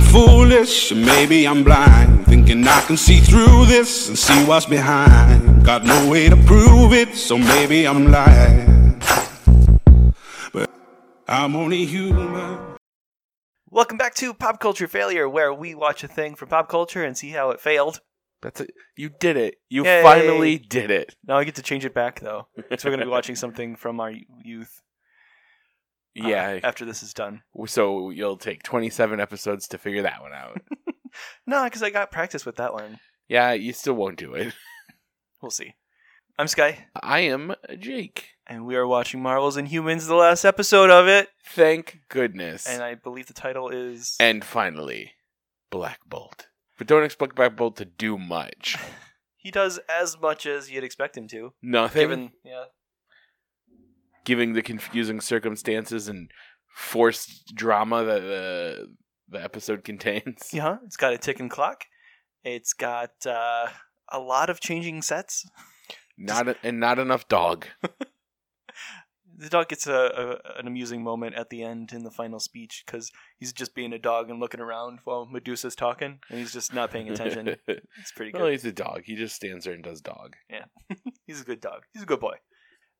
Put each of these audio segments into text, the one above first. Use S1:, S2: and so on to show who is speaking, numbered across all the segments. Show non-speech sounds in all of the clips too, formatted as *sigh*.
S1: foolish, and maybe I'm blind. Thinking I can see through this and see what's behind. Got no way to prove it, so maybe I'm lying. But I'm only human.
S2: Welcome back to Pop Culture Failure, where we watch a thing from pop culture and see how it failed.
S3: That's it. You did it. You
S2: Yay.
S3: finally did it.
S2: Now I get to change *laughs* it back though, because we're going to be watching something from our youth. uh,
S3: Yeah.
S2: after this is done.
S3: so you'll take 27 episodes to figure that one
S2: *laughs*
S3: out.
S2: No, because I got practice with that one.
S3: yeah, you still won't do it.
S2: We'll see. I'm Sky,
S3: I am Jake.
S2: and we are watching Marvels and Humans, the last episode of it.
S3: Thank goodness.
S2: And I believe the title is.
S3: And finally, Black Bolt. But don't expect Black Bolt to
S2: *laughs*
S3: do much.
S2: he does as much as you'd expect him to,
S3: Nothing.
S2: given yeah,
S3: giving the confusing circumstances and forced drama that the the episode contains.
S2: yeah, it's got a ticking clock. It's got uh, a lot of changing sets.
S3: Not a, and not enough dog.
S2: The dog gets a, a an amusing moment at the end in the final speech because he's just being a dog and looking around while Medusa's talking, and he's just not paying
S3: *laughs*
S2: attention. it's pretty good.
S3: no, he's a dog. He just stands there and does dog.
S2: He's a good dog. He's a good boy.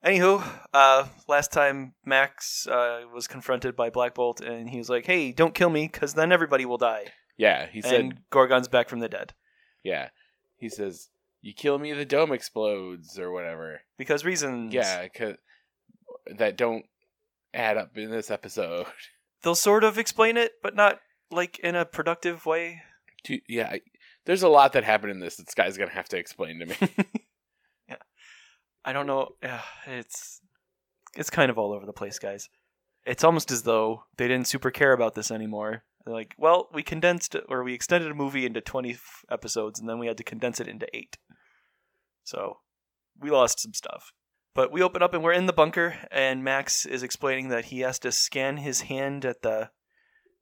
S2: Anywho, uh, last time Max uh, was confronted by Black Bolt, and he was like, "Hey, don't kill me, because then everybody will die."
S3: Yeah, he said.
S2: and Gorgon's back from the dead
S3: yeah, he says, "You kill me, the dome explodes or whatever."
S2: because reasons.
S3: Yeah, 'cause- that don't add up in this episode. *laughs*
S2: they'll sort of explain it, but not like in a productive way.
S3: Do- yeah, I- there's a lot that happened in this that Sky's gonna have to explain
S2: *laughs*
S3: to me.
S2: I don't know. *sighs* Ugh, It's it's kind of all over the place, guys. It's almost as though they didn't super care about this anymore. They're like, well, we condensed or we extended a movie into 20 f- episodes and then we had to condense it into 8. So, we lost some stuff. But we open up and we're in the bunker and Max is explaining that he has to scan his hand at the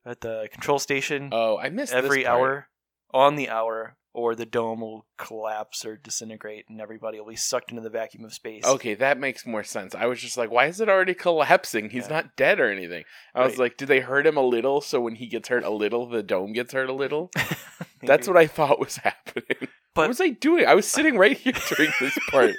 S2: at the control station
S3: oh, I missed this
S2: every
S3: part.
S2: hour on the hour or the dome will collapse or disintegrate and everybody will be sucked into the vacuum of space.
S3: Okay, that makes more sense. I was just like, why is it already collapsing? He's
S2: Yeah.
S3: not dead or anything. I was
S2: Right.
S3: like, did they hurt him a little? So when he gets hurt a little, the dome gets hurt a little.
S2: *laughs*
S3: That's what I thought was *laughs* happening.
S2: But-
S3: what was I doing? I was sitting right here *laughs* during this part.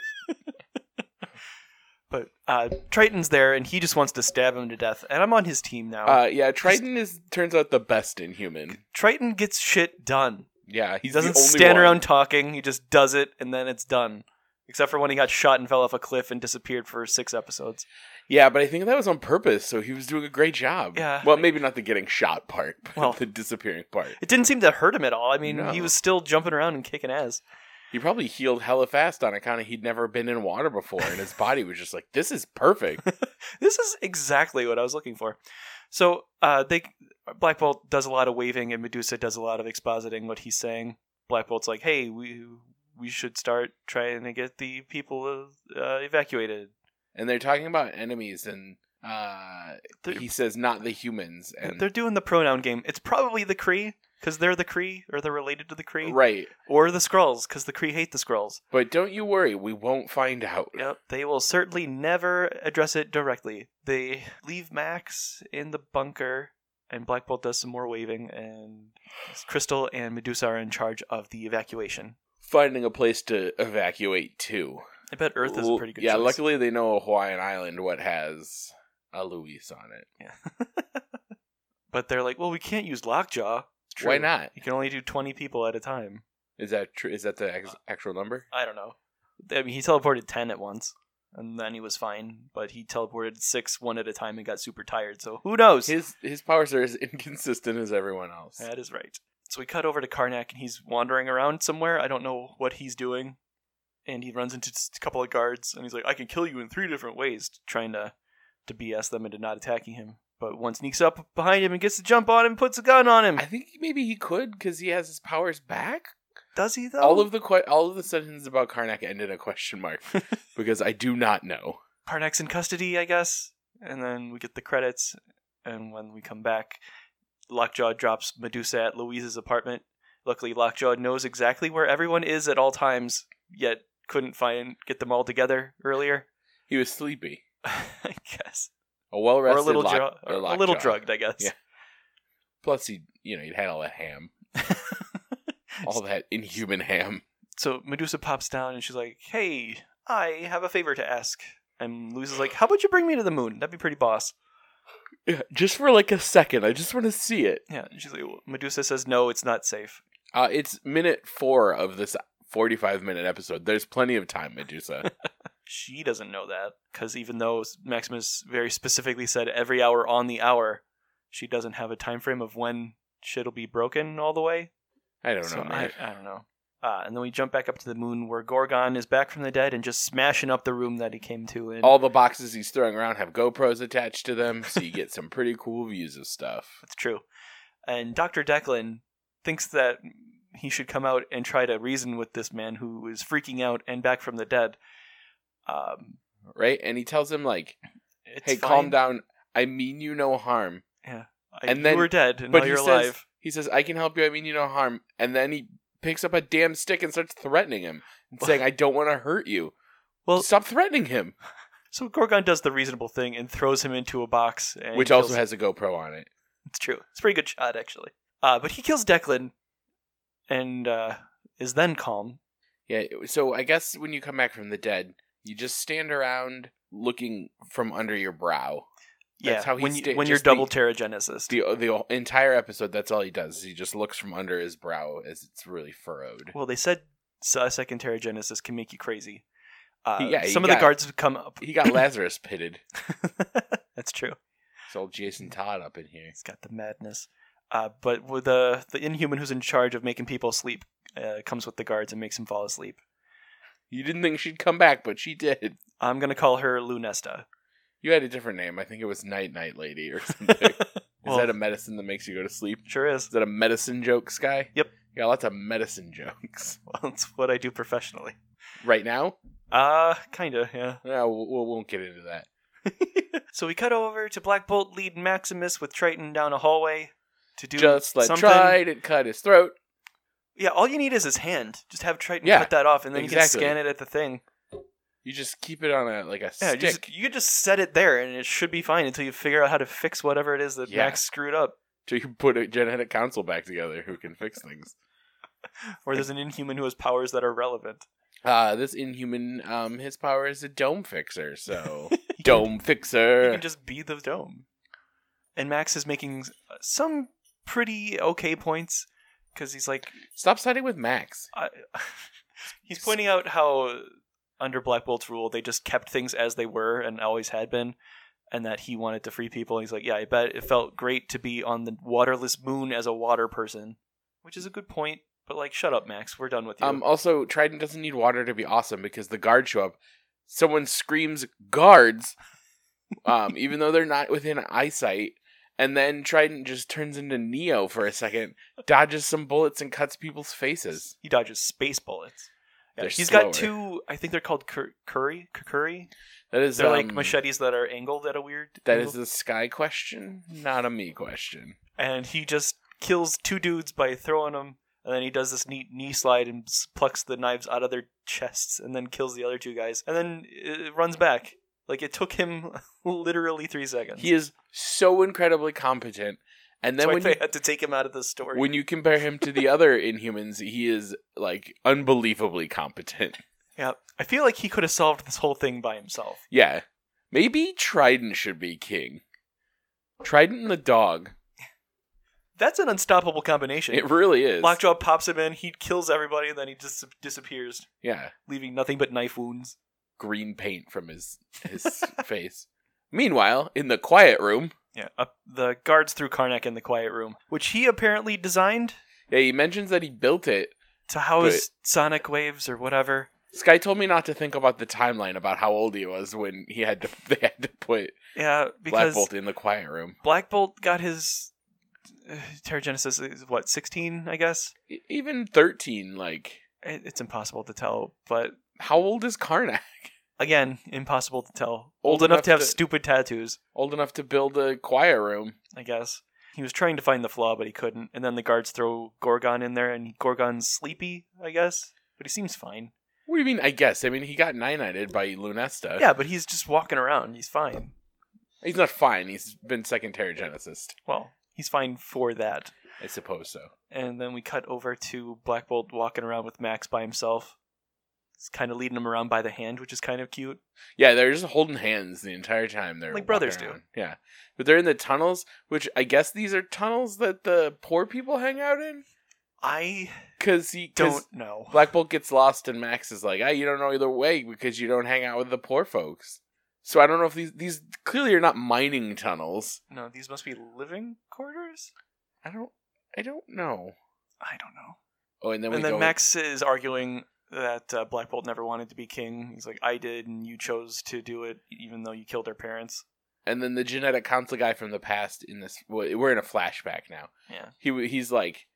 S2: But uh, Triton's there and he just wants to stab him to death. And I'm on his team now.
S3: Uh, yeah, Triton is turns out the best in human.
S2: Triton gets shit done.
S3: Yeah, he's
S2: He doesn't
S3: the only
S2: stand
S3: one.
S2: around talking. He just does it and then it's done. Except for when he got shot and fell off a cliff and disappeared for six episodes.
S3: Yeah, but I think that was on purpose. So he was doing a great job.
S2: Yeah.
S3: Well, maybe not the getting shot part, but
S2: Well-
S3: the disappearing part.
S2: It didn't seem to hurt him at all. I mean,
S3: No.
S2: he was still jumping around and kicking ass.
S3: He probably healed hella fast on account of he'd never been in water before,
S2: *laughs*
S3: and his body was just like, "This is perfect."
S2: This is exactly what I was looking for. So uh, they Black Bolt does a lot of waving, and Medusa does a lot of expositing what he's saying. Black Bolt's like, "Hey, we we should start trying to get the people uh, evacuated."
S3: and they're talking about enemies and uh
S2: They're,
S3: he says not the humans and
S2: they're doing the pronoun game. It's probably the Kree because they're the Kree, or they're related to the Kree,
S3: right
S2: or the Skrulls because the Kree hate the Skrulls.
S3: but don't you worry we won't find out
S2: Yep, they will certainly never address it directly. They leave Max in the bunker, and Black Bolt does some more waving, and Crystal and Medusa are in charge of the evacuation.
S3: finding a place to evacuate to
S2: I bet Earth is a
S3: L-
S2: pretty good
S3: yeah
S2: choice.
S3: luckily they know a hawaiian island what has a luis on it
S2: *laughs* But they're like, well, we can't use Lockjaw.
S3: why
S2: True.
S3: not
S2: You can only do 20 people at a time.
S3: is that true is that the ex- actual number
S2: I don't know. I mean, he teleported 10 at once, and then he was fine, but he teleported 6 one at a time and got super tired, so who knows?
S3: his his powers are as *laughs* inconsistent as everyone else
S2: That is right. So we cut over to Karnak, and he's wandering around somewhere. I don't know what he's doing. And he runs into just a couple of guards, and he's like, I can kill you in three different ways, trying to, to BS them into not attacking him. But one sneaks up behind him and gets the jump on him, puts a gun on him.
S3: i think maybe he could because he has his powers back
S2: Does he, though?
S3: all of the que- all of the sentences about karnak end in a question mark because i do not know
S2: Karnak's in custody, I guess. And then we get the credits, and when we come back, Lockjaw drops Medusa at Louise's apartment. Luckily, Lockjaw knows exactly where everyone is at all times, yet couldn't find get them all together earlier. *laughs*
S3: he was sleepy
S2: I guess,
S3: A well
S2: or a
S3: rested
S2: little, dru- or a little
S3: drug.
S2: drugged, I guess.
S3: Yeah. Plus, he you know he'd had all that ham, all that inhuman ham.
S2: so Medusa pops down and she's like, "Hey, I have a favor to ask." And Lucy's like, "How about you bring me to the moon? That'd be pretty boss."
S3: Yeah, just for like a second, I just want to see it.
S2: Yeah. And she's like, Medusa says, "No, it's not safe."
S3: Uh, it's minute four of this forty-five minute episode. There's plenty of time, Medusa.
S2: She doesn't know that because even though Maximus very specifically said every hour on the hour, she doesn't have a time frame of when shit'll be broken all the way.
S3: I
S2: *laughs*
S3: don't
S2: So
S3: know. man.
S2: I, I don't know. Uh, and then we jump back up to the moon where Gorgon is back from the dead and just smashing up the room that he came to. And
S3: all the boxes he's throwing around have GoPros attached to them, so you get some pretty cool views of stuff.
S2: That's true. And Dr. Declan thinks that he should come out and try to reason with this man who is freaking out and back from the dead. Um,
S3: Right? And he tells him like,
S2: it's
S3: "Hey,
S2: fine.
S3: calm down. I mean you no harm."
S2: I-
S3: and
S2: you
S3: then-
S2: were dead, and
S3: but
S2: now
S3: he
S2: you're
S3: says-
S2: alive.
S3: He says, "I can help you. I mean you no harm." And then he picks up a damn stick and starts threatening him and saying,
S2: *laughs*
S3: "I don't want to hurt you.
S2: Well-
S3: stop threatening him."
S2: So Gorgon does the reasonable thing and throws him into a box, and
S3: Which
S2: he
S3: also
S2: kills-
S3: has a GoPro on it.
S2: it's true. It's a pretty good shot actually. Uh, but he kills Declan, and uh, is then calm.
S3: Yeah, so I guess when you come back from the dead, you just stand around looking from under your brow.
S2: yeah,
S3: That's how he
S2: when, you,
S3: sta-
S2: when you're
S3: just the-
S2: double pterogenesis.
S3: The uh, the entire episode, that's all he does. Is he just looks from under his brow as it's really furrowed.
S2: Well, they said uh, second pterogenesis can make you crazy. Uh,
S3: He- yeah, he
S2: some of
S3: got-
S2: the guards come up. *laughs*
S3: He got Lazarus pitted.
S2: That's true.
S3: It's old Jason Todd up in here.
S2: He's got the madness. Uh, but with the the inhuman who's in charge of making people sleep uh, comes with the guards and makes him fall asleep.
S3: You didn't think she'd come back, but she did.
S2: I'm gonna call her Lunesta.
S3: You had a different name. I think it was Night Night Lady or
S2: *laughs*
S3: *laughs* something. Is
S2: Well,
S3: that a medicine that makes you go to sleep?
S2: sure
S3: Is
S2: is.
S3: that a medicine jokes guy?
S2: Yep.
S3: You got lots of medicine jokes.
S2: Well, it's *laughs* what I do professionally.
S3: Right now?
S2: Uh kinda, yeah. *laughs*
S3: No, we we won't get into that.
S2: so we cut over to Black Bolt lead Maximus with Triton down a hallway to do
S3: just let
S2: something.
S3: Trident cut his throat.
S2: Yeah, all you need is his hand. Just have Triton
S3: Yeah,
S2: cut that off, and then
S3: exactly.
S2: you can scan it at the thing.
S3: You just keep it on a like a
S2: Yeah, you
S3: stick.
S2: just, you could just set it there, and it should be fine until you figure out how to fix whatever it is that
S3: Yeah.
S2: Max screwed up,
S3: till you put a genetic council back together who can fix things.
S2: or there's an Inhuman who has powers that are relevant.
S3: Uh this inhuman, um, his power is a dome fixer, *laughs* so dome
S2: You
S3: fixer.
S2: can just be the dome. And Max is making uh, some pretty okay points because he's like,
S3: Stop siding with Max.
S2: I, he's pointing out how under Black Bolt's rule they just kept things as they were and always had been, and that he wanted to free people. He's like, yeah, I bet it felt great to be on the waterless moon as a water person, which is a good point. But like, shut up, Max. We're done with you.
S3: Um also Trident doesn't need water to be awesome because the guards show up. Someone screams guards *laughs* um even though they're not within eyesight. And then Trident just turns into Neo for a second, dodges some bullets and cuts people's faces.
S2: he dodges space bullets. Yeah,
S3: They're
S2: he's
S3: slower.
S2: got two. I think they're called cur- curry, curry.
S3: That is
S2: They're like
S3: um,
S2: machetes that are angled at a weird.
S3: That
S2: angle.
S3: is a sky question, not a me question.
S2: and he just kills two dudes by throwing them and then he does this neat knee slide and s- plucks the knives out of their chests and then kills the other two guys and then uh runs back like it took him *laughs* literally three seconds
S3: He is so incredibly competent, and
S2: That's
S3: then
S2: why
S3: when
S2: they
S3: you,
S2: had to take him out of the story
S3: when you compare him to
S2: *laughs*
S3: the other Inhumans, he is like unbelievably competent.
S2: yeah i feel like he could have solved this whole thing by himself
S3: Yeah, maybe Trident should be king. Trident and the dog.
S2: that's an unstoppable combination
S3: It really is.
S2: lockjaw pops him in he kills everybody and then he just disappears
S3: Yeah,
S2: leaving nothing but knife wounds
S3: green paint from his his *laughs* face. Meanwhile, in the quiet room,
S2: yeah up the guards threw karnak in the quiet room which he apparently designed
S3: yeah, he mentions that he built it
S2: to house sonic waves or whatever.
S3: Sky told me not to think about the timeline about how old he was when he had to *laughs* they had to put
S2: Yeah,
S3: Black
S2: because Black
S3: Bolt
S2: Bolt,
S3: in the quiet room.
S2: got his uh, Teragenesis is what sixteen, I guess.
S3: E- Even thirteen, like
S2: It, it's impossible to tell, but
S3: how old is Karnak? *laughs*
S2: again, impossible to tell. Old, enough, to have stupid tattoos,
S3: Old enough to build a quiet room.
S2: I guess. He was trying to find the flaw, but he couldn't. And then the guards throw Gorgon in there, and Gorgon's sleepy, I guess. But he seems fine.
S3: What do you mean? I guess. I mean, he got nine-eyed by Lunesta.
S2: Yeah, but he's just walking around. He's fine.
S3: he's not fine. He's been second Teragenesis.
S2: Well, he's fine for that.
S3: I suppose so.
S2: And then we cut over to Black Bolt walking around with Max by himself. He's kind of leading him around by the hand, which is kind of cute.
S3: Yeah, they're just holding hands the entire time. They're
S2: Like brothers
S3: walking
S2: do.
S3: around. Yeah, but they're in the tunnels, which I guess these are tunnels that the poor people hang out in.
S2: I
S3: Because he
S2: don't
S3: cause
S2: know.
S3: Black Bolt gets lost, and Max is like, "Ah, you don't know either way because you don't hang out with the poor folks." So I don't know if these these clearly are not mining tunnels.
S2: No, these must be living quarters?
S3: I don't I don't know.
S2: I don't know.
S3: Oh, and then we
S2: and then
S3: go
S2: Max is arguing that uh, Black Bolt never wanted to be king. He's like, I did, and you chose to do it, even though you killed our parents.
S3: and then the genetic counsel guy from the past in this w- we're in a flashback now
S2: Yeah.
S3: he w- he's like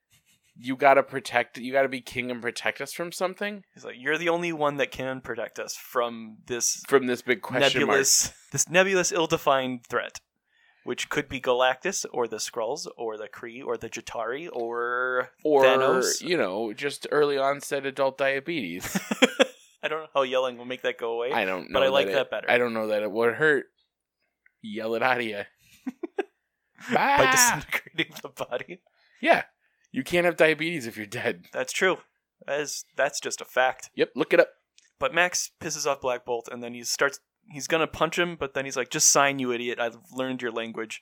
S3: you gotta protect you gotta be king and protect us from something
S2: He's like, you're the only one that can protect us from this
S3: from this big question
S2: nebulous, this nebulous, ill-defined threat, which could be Galactus or the Skrulls or the Kree or the Jatari or *laughs*
S3: mark or
S2: Thanos.
S3: you know just early onset adult
S2: *laughs*
S3: diabetes
S2: I don't know how yelling will make that go away.
S3: i don't know
S2: But I like
S3: it-
S2: that better.
S3: i don't know that it would hurt yell it out of *laughs* you
S2: by
S3: Bah!
S2: disintegrating the body.
S3: yeah you can't have diabetes if you're dead
S2: That's true. That is, that's just a fact.
S3: yep look it up
S2: But Max pisses off Black Bolt, and then he starts. He's gonna punch him, but then he's like, "Just sign, you idiot! I've learned your language."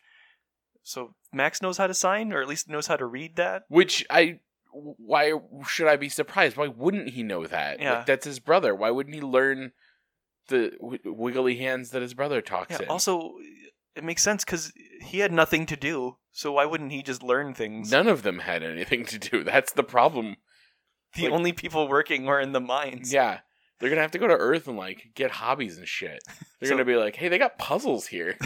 S2: So Max knows how to sign, or at least knows how to read that.
S3: Which I why should I be surprised? Why wouldn't he know that?
S2: Yeah.
S3: Like, that's his brother. Why wouldn't he learn the w- wiggly hands that his brother talks
S2: Yeah,
S3: in?
S2: also, it makes sense because he had nothing to do, so why wouldn't he just learn things?
S3: None of them had anything to do. That's the problem.
S2: the
S3: like-
S2: only people working were in the mines.
S3: Yeah. They're going to have to go to Earth and like get hobbies and *laughs* shit. They're
S2: So-
S3: going to be like, "Hey, they got puzzles *laughs* here.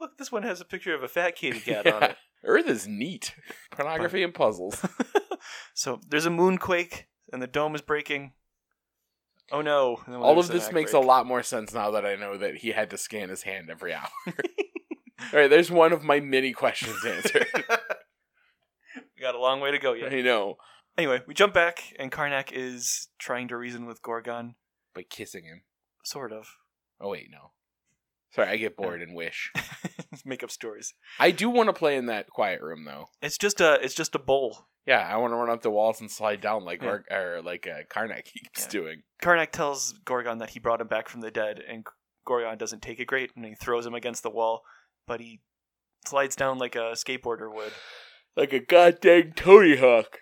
S2: Look, this one has a picture of a fat kitty cat on
S3: *laughs* Yeah.
S2: it.
S3: Earth is neat. *laughs* Pornography and puzzles."
S2: So there's a moonquake, and the dome is breaking. Oh no! And then
S3: All
S2: there's
S3: of
S2: an
S3: this makes a
S2: outbreak.
S3: lot more sense now that I know that he had to scan his hand every hour. *laughs* All right, there's one of my many questions
S2: *laughs*
S3: answered.
S2: We got a long way to go yet.
S3: I know.
S2: Anyway, we jump back, and Karnak is trying to reason with Gorgon,
S3: By kissing him.
S2: sort of. *laughs*
S3: Oh wait, no. Sorry, I get bored and wish.
S2: Make up stories.
S3: I do want to play in that quiet room though.
S2: It's just a it's just a bowl.
S3: Yeah, I want to run up the walls and slide down like
S2: Yeah.
S3: or, or like uh, Karnak *laughs* keeps
S2: Yeah.
S3: doing.
S2: Karnak tells Gorgon that he brought him back from the dead, and Gorgon doesn't take it great, and he throws him against the wall, but he slides down like a skateboarder would.
S3: Like a goddamn Tony
S2: *laughs*
S3: Hawk.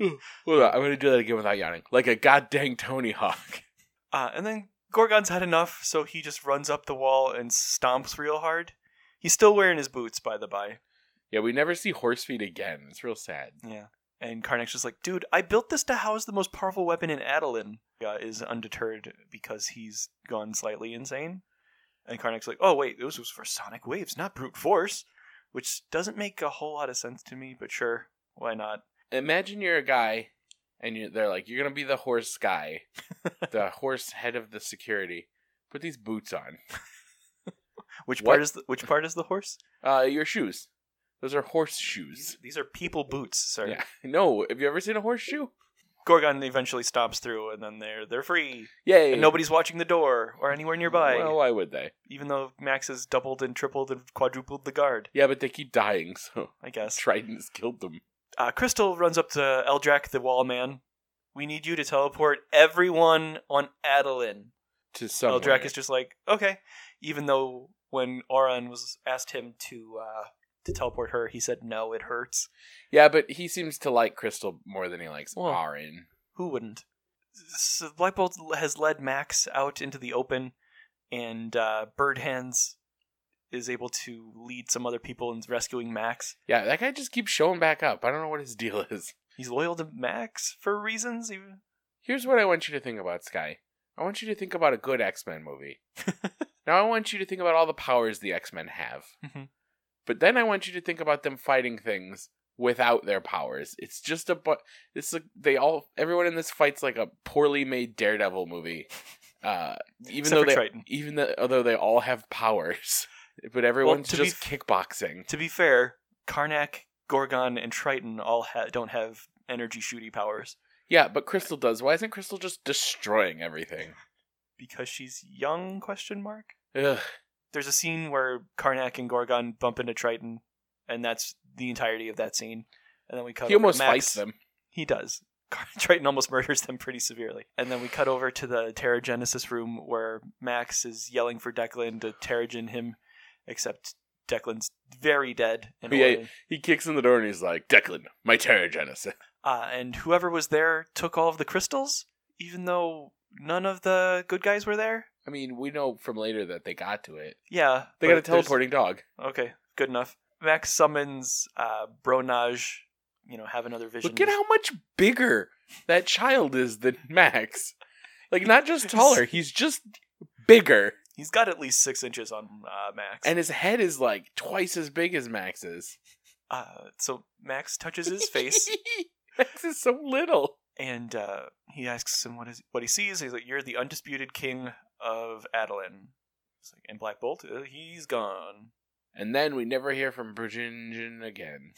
S3: Hold on, I'm gonna do that again without yawning. Like a goddamn Tony Hawk. *laughs*
S2: Uh, and then Gorgon's had enough, so he just runs up the wall and stomps real hard. He's still wearing his boots, by the by.
S3: Yeah, we never see horse feet again. It's real sad.
S2: Yeah. And Karnak's just like, dude, I built this to house the most powerful weapon in Adelan. Uh, is undeterred because he's gone slightly insane. And Karnak's like, oh, wait, this was for sonic waves, not brute force. Which doesn't make a whole lot of sense to me, but sure, why not?
S3: Imagine you're a guy, and you they're like, you're gonna be the
S2: *laughs*
S3: horse guy, the horse head of the security. Put these boots on.
S2: Which
S3: What?
S2: part is the, which part is the horse?
S3: Uh, your shoes. Those are horse shoes.
S2: These, these are people boots, sir.
S3: Yeah. *laughs* No, have you ever seen a horseshoe?
S2: Gorgon eventually stomps through, and then they're they're free,
S3: Yay.
S2: and nobody's watching the door or anywhere nearby.
S3: Well, uh why would they?
S2: even though Max has doubled and tripled and quadrupled the guard,
S3: Yeah, but they keep dying, *laughs* so
S2: I guess.
S3: Trident's killed them.
S2: uh, Crystal runs up to Eldrak, the wall man. We need you to teleport everyone on Adeline.
S3: To some.
S2: Eldrak is just like, okay. Even though when Auron was asked him to uh, to teleport her, he said no, it hurts.
S3: Yeah, but he seems to like Crystal more than he likes
S2: Well.
S3: Arin.
S2: Who wouldn't? So Black Bolt has led Max out into the open, and uh, Bird Hands is able to lead some other people in rescuing Max.
S3: Yeah, that guy just keeps showing back up. I don't know what his *laughs* deal is.
S2: He's loyal to Max for reasons. Even
S3: Here's what I want you to think about, Sky. I want you to think about a good X
S2: *laughs*
S3: Men movie. now I want you to think about all the powers the X Men have.
S2: Mhm.
S3: But then I want you to think about them fighting things without their powers. It's just a but. It's like they all everyone in this fight's like a poorly made Daredevil
S2: *laughs*
S3: movie. Uh, even
S2: Except
S3: though
S2: for
S3: they,
S2: Triton.
S3: even though, although they all have powers, *laughs* but everyone's
S2: to be
S3: just kickboxing.
S2: to be fair, Karnak, Gorgon, and Triton all ha- don't have energy shooty powers
S3: Yeah, but Crystal does. Why isn't Crystal just destroying everything?
S2: because she's young? Question mark.
S3: Ugh.
S2: There's a scene where Karnak and Gorgon bump into Triton, and that's the entirety of that scene. And then we cut.
S3: He
S2: over to
S3: almost
S2: Max.
S3: fights them.
S2: He does. *laughs* Triton almost *laughs* murders them pretty severely. And then we cut over to the Terra Genesis room where Max is yelling for Declan to Terrigen him, except Declan's very dead. And,
S3: Yeah.
S2: oily.
S3: He kicks in the door and he's like, Declan, my *laughs* Terrigenesis.
S2: Uh, and whoever was there took all of the crystals, even though none of the good guys were there.
S3: I mean, we know from later that they got to it.
S2: Yeah.
S3: They
S2: but
S3: got a
S2: there's-
S3: teleporting dog.
S2: Okay, good enough. Max summons uh, Bronage, you know, have another vision.
S3: Look at how much bigger that child is than *laughs* Max. Like, not just taller, he's just bigger.
S2: He's got at least six inches on uh, Max.
S3: And his head is like twice as big as *laughs* Max's.
S2: uh, so Max touches his face.
S3: *laughs* Max is so little.
S2: and uh, he asks him what is what he sees. He's like, "You're the undisputed king of Adeline." It's like, and Black Bolt, uh, he's gone.
S3: And then we never hear from Bridgingen again.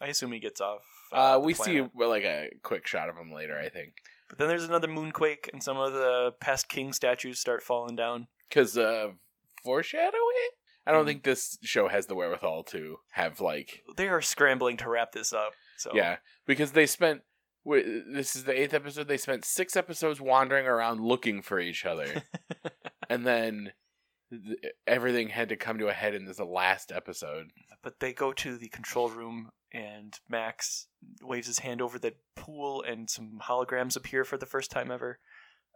S2: I assume he gets off.
S3: Uh,
S2: the
S3: we see
S2: planet.
S3: well, like a quick shot of him later, I think,
S2: But then there's another moonquake, and some of the past king statues start falling down.
S3: because uh, foreshadowing. I don't
S2: Mhm.
S3: think this show has the wherewithal to have like
S2: They are scrambling to wrap this up. So
S3: yeah, because they spent. wi- This is the eighth episode. They spent six episodes wandering around looking for
S2: *laughs*
S3: each other, and then th- everything had to come to a head in this last episode.
S2: but they go to the control room and max waves his hand over the pool and some holograms appear for the first time ever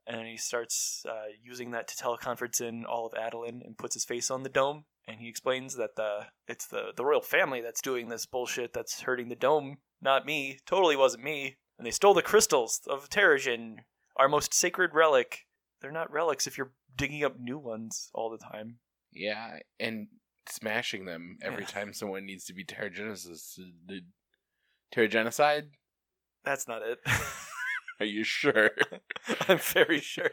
S2: and he starts uh, using that to teleconference in all of Adeline and puts his face on the dome and he explains that the it's the the royal family that's doing this bullshit that's hurting the dome not me totally wasn't me and they stole the crystals of Terrigen our most sacred relic they're not relics if you're digging up new ones all the time
S3: Yeah, and smashing them every
S2: Yeah.
S3: time someone needs to be uh, Terrigenesis. Terrigenocide?
S2: that's not it *laughs*
S3: Are you sure?
S2: i'm very sure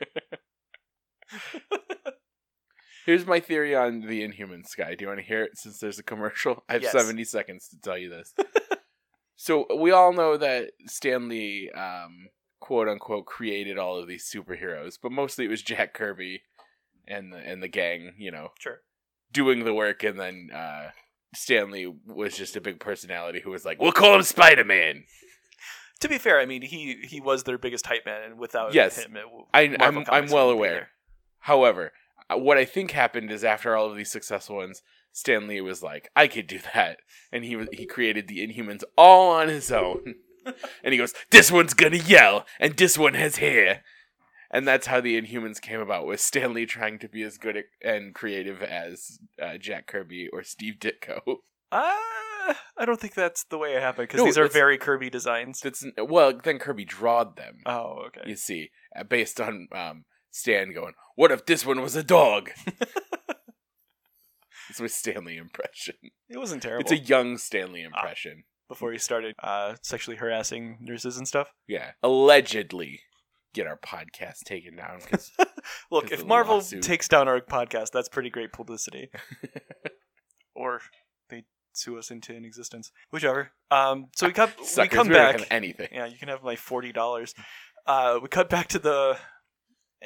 S3: *laughs* Here's my theory on the Inhuman Sky. Do you want to hear it since there's a commercial? I have
S2: Yes.
S3: 70 seconds to tell
S2: *laughs*
S3: you this. so, we all know that Stanley, um, quote unquote, created all of these superheroes, but mostly it was Jack Kirby and the, and the gang, you know,
S2: sure
S3: doing the work, and then uh, Stanley was just a big personality who was like, we'll call him Spider Man.
S2: To be fair, I mean he he was their biggest hype man, and without
S3: Yes.
S2: him, it, w-
S3: I,
S2: Marvel
S3: I'm, I'm
S2: Comics
S3: well
S2: wouldn't be
S3: aware.
S2: there.
S3: However, uh, what I think happened is after all of these successful ones, Stan Lee was like, "I could do that," and he was- he created the Inhumans all on his own. and he goes, "This one's gonna yell, and this one has hair." And that's how the Inhumans came about was Stan Lee trying to be as good at- and creative as uh, Jack Kirby or Steve Ditko. *laughs*
S2: Uh, I don't think that's the way it happened because
S3: No,
S2: these are
S3: that's-
S2: very Kirby designs.
S3: That's well, then Kirby drawed them.
S2: oh, okay.
S3: you see, uh, based on um, Stan going, "What if this one was
S2: *laughs*
S3: a dog?" it's my Stanley impression.
S2: It wasn't terrible. Ah.
S3: It's a young Stanley impression.
S2: before he started uh, sexually harassing nurses and stuff.
S3: Yeah, allegedly get our podcast taken down because
S2: Look,
S3: 'Cause
S2: if
S3: of the
S2: Marvel
S3: lawsuit.
S2: takes down our podcast, that's pretty great
S3: *laughs*
S2: publicity. or they sue us into inexistence, whichever. Um, so we come *laughs* we
S3: suckers
S2: come
S3: we don't
S2: back.
S3: have anything.
S2: yeah, you can have my forty dollars. Uh, we cut back to the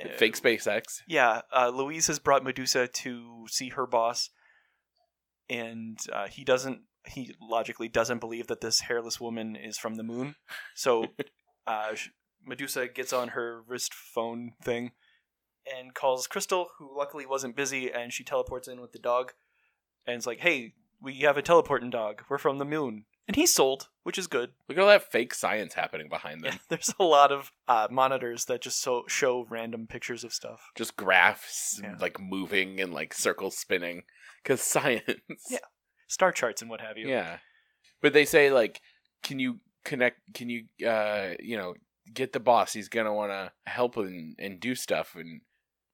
S2: uh,
S3: Fake SpaceX.
S2: Yeah, uh, Louise has brought Medusa to see her boss, and uh, he doesn't. He logically doesn't believe that this hairless woman is from the moon. So uh, sh- Medusa gets on her wrist phone thing and calls Crystal, who luckily wasn't busy, and she teleports in with the dog, and it's like, "Hey, we have a teleporting dog. We're from the moon." And he's sold, which is good.
S3: Look at all that fake science happening behind them.
S2: *laughs* There's a lot of uh, monitors that just so- show random pictures of stuff.
S3: Just graphs
S2: Yeah.
S3: like moving and like circles spinning because science.
S2: Yeah. Star charts and what have you.
S3: Yeah. But they say like can you connect can you uh you know get the boss he's going to want to help and and do stuff and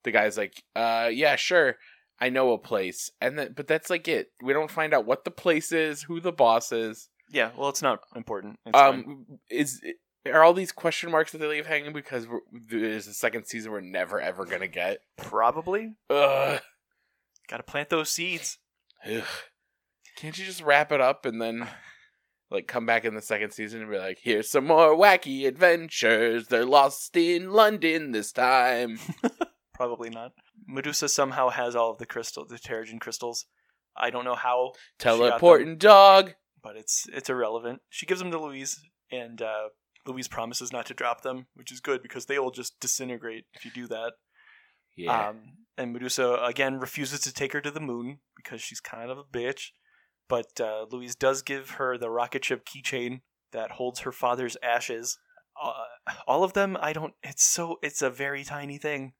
S3: the guy's like uh yeah sure I know a place and that but that's like it we don't find out what the place is who the boss is
S2: Yeah, well, it's not important. It's fine.
S3: um is are all these question marks that they leave hanging because we're, there's a second season we're never ever going to get
S2: probably
S3: Ugh.
S2: got to plant those seeds.
S3: Ugh. Can't you just wrap it up
S2: *sighs*
S3: and then like come back in the second season and be like, here's some more wacky adventures. They're lost in London
S2: *laughs*
S3: this time.
S2: Probably not. Medusa somehow has all of the crystal, the Terrigen crystals. I don't know how. got them.
S3: Teleporting dog.
S2: but it's it's irrelevant. She gives them to Louise, and uh, Louise promises not to drop them, which is good because they will just disintegrate if you do that.
S3: Yeah.
S2: Um, and Medusa again refuses to take her to the moon because she's kind of a bitch. But uh, Louise does give her the rocket ship keychain that holds her father's ashes. Uh, all of them, I don't. It's so. It's a very tiny thing.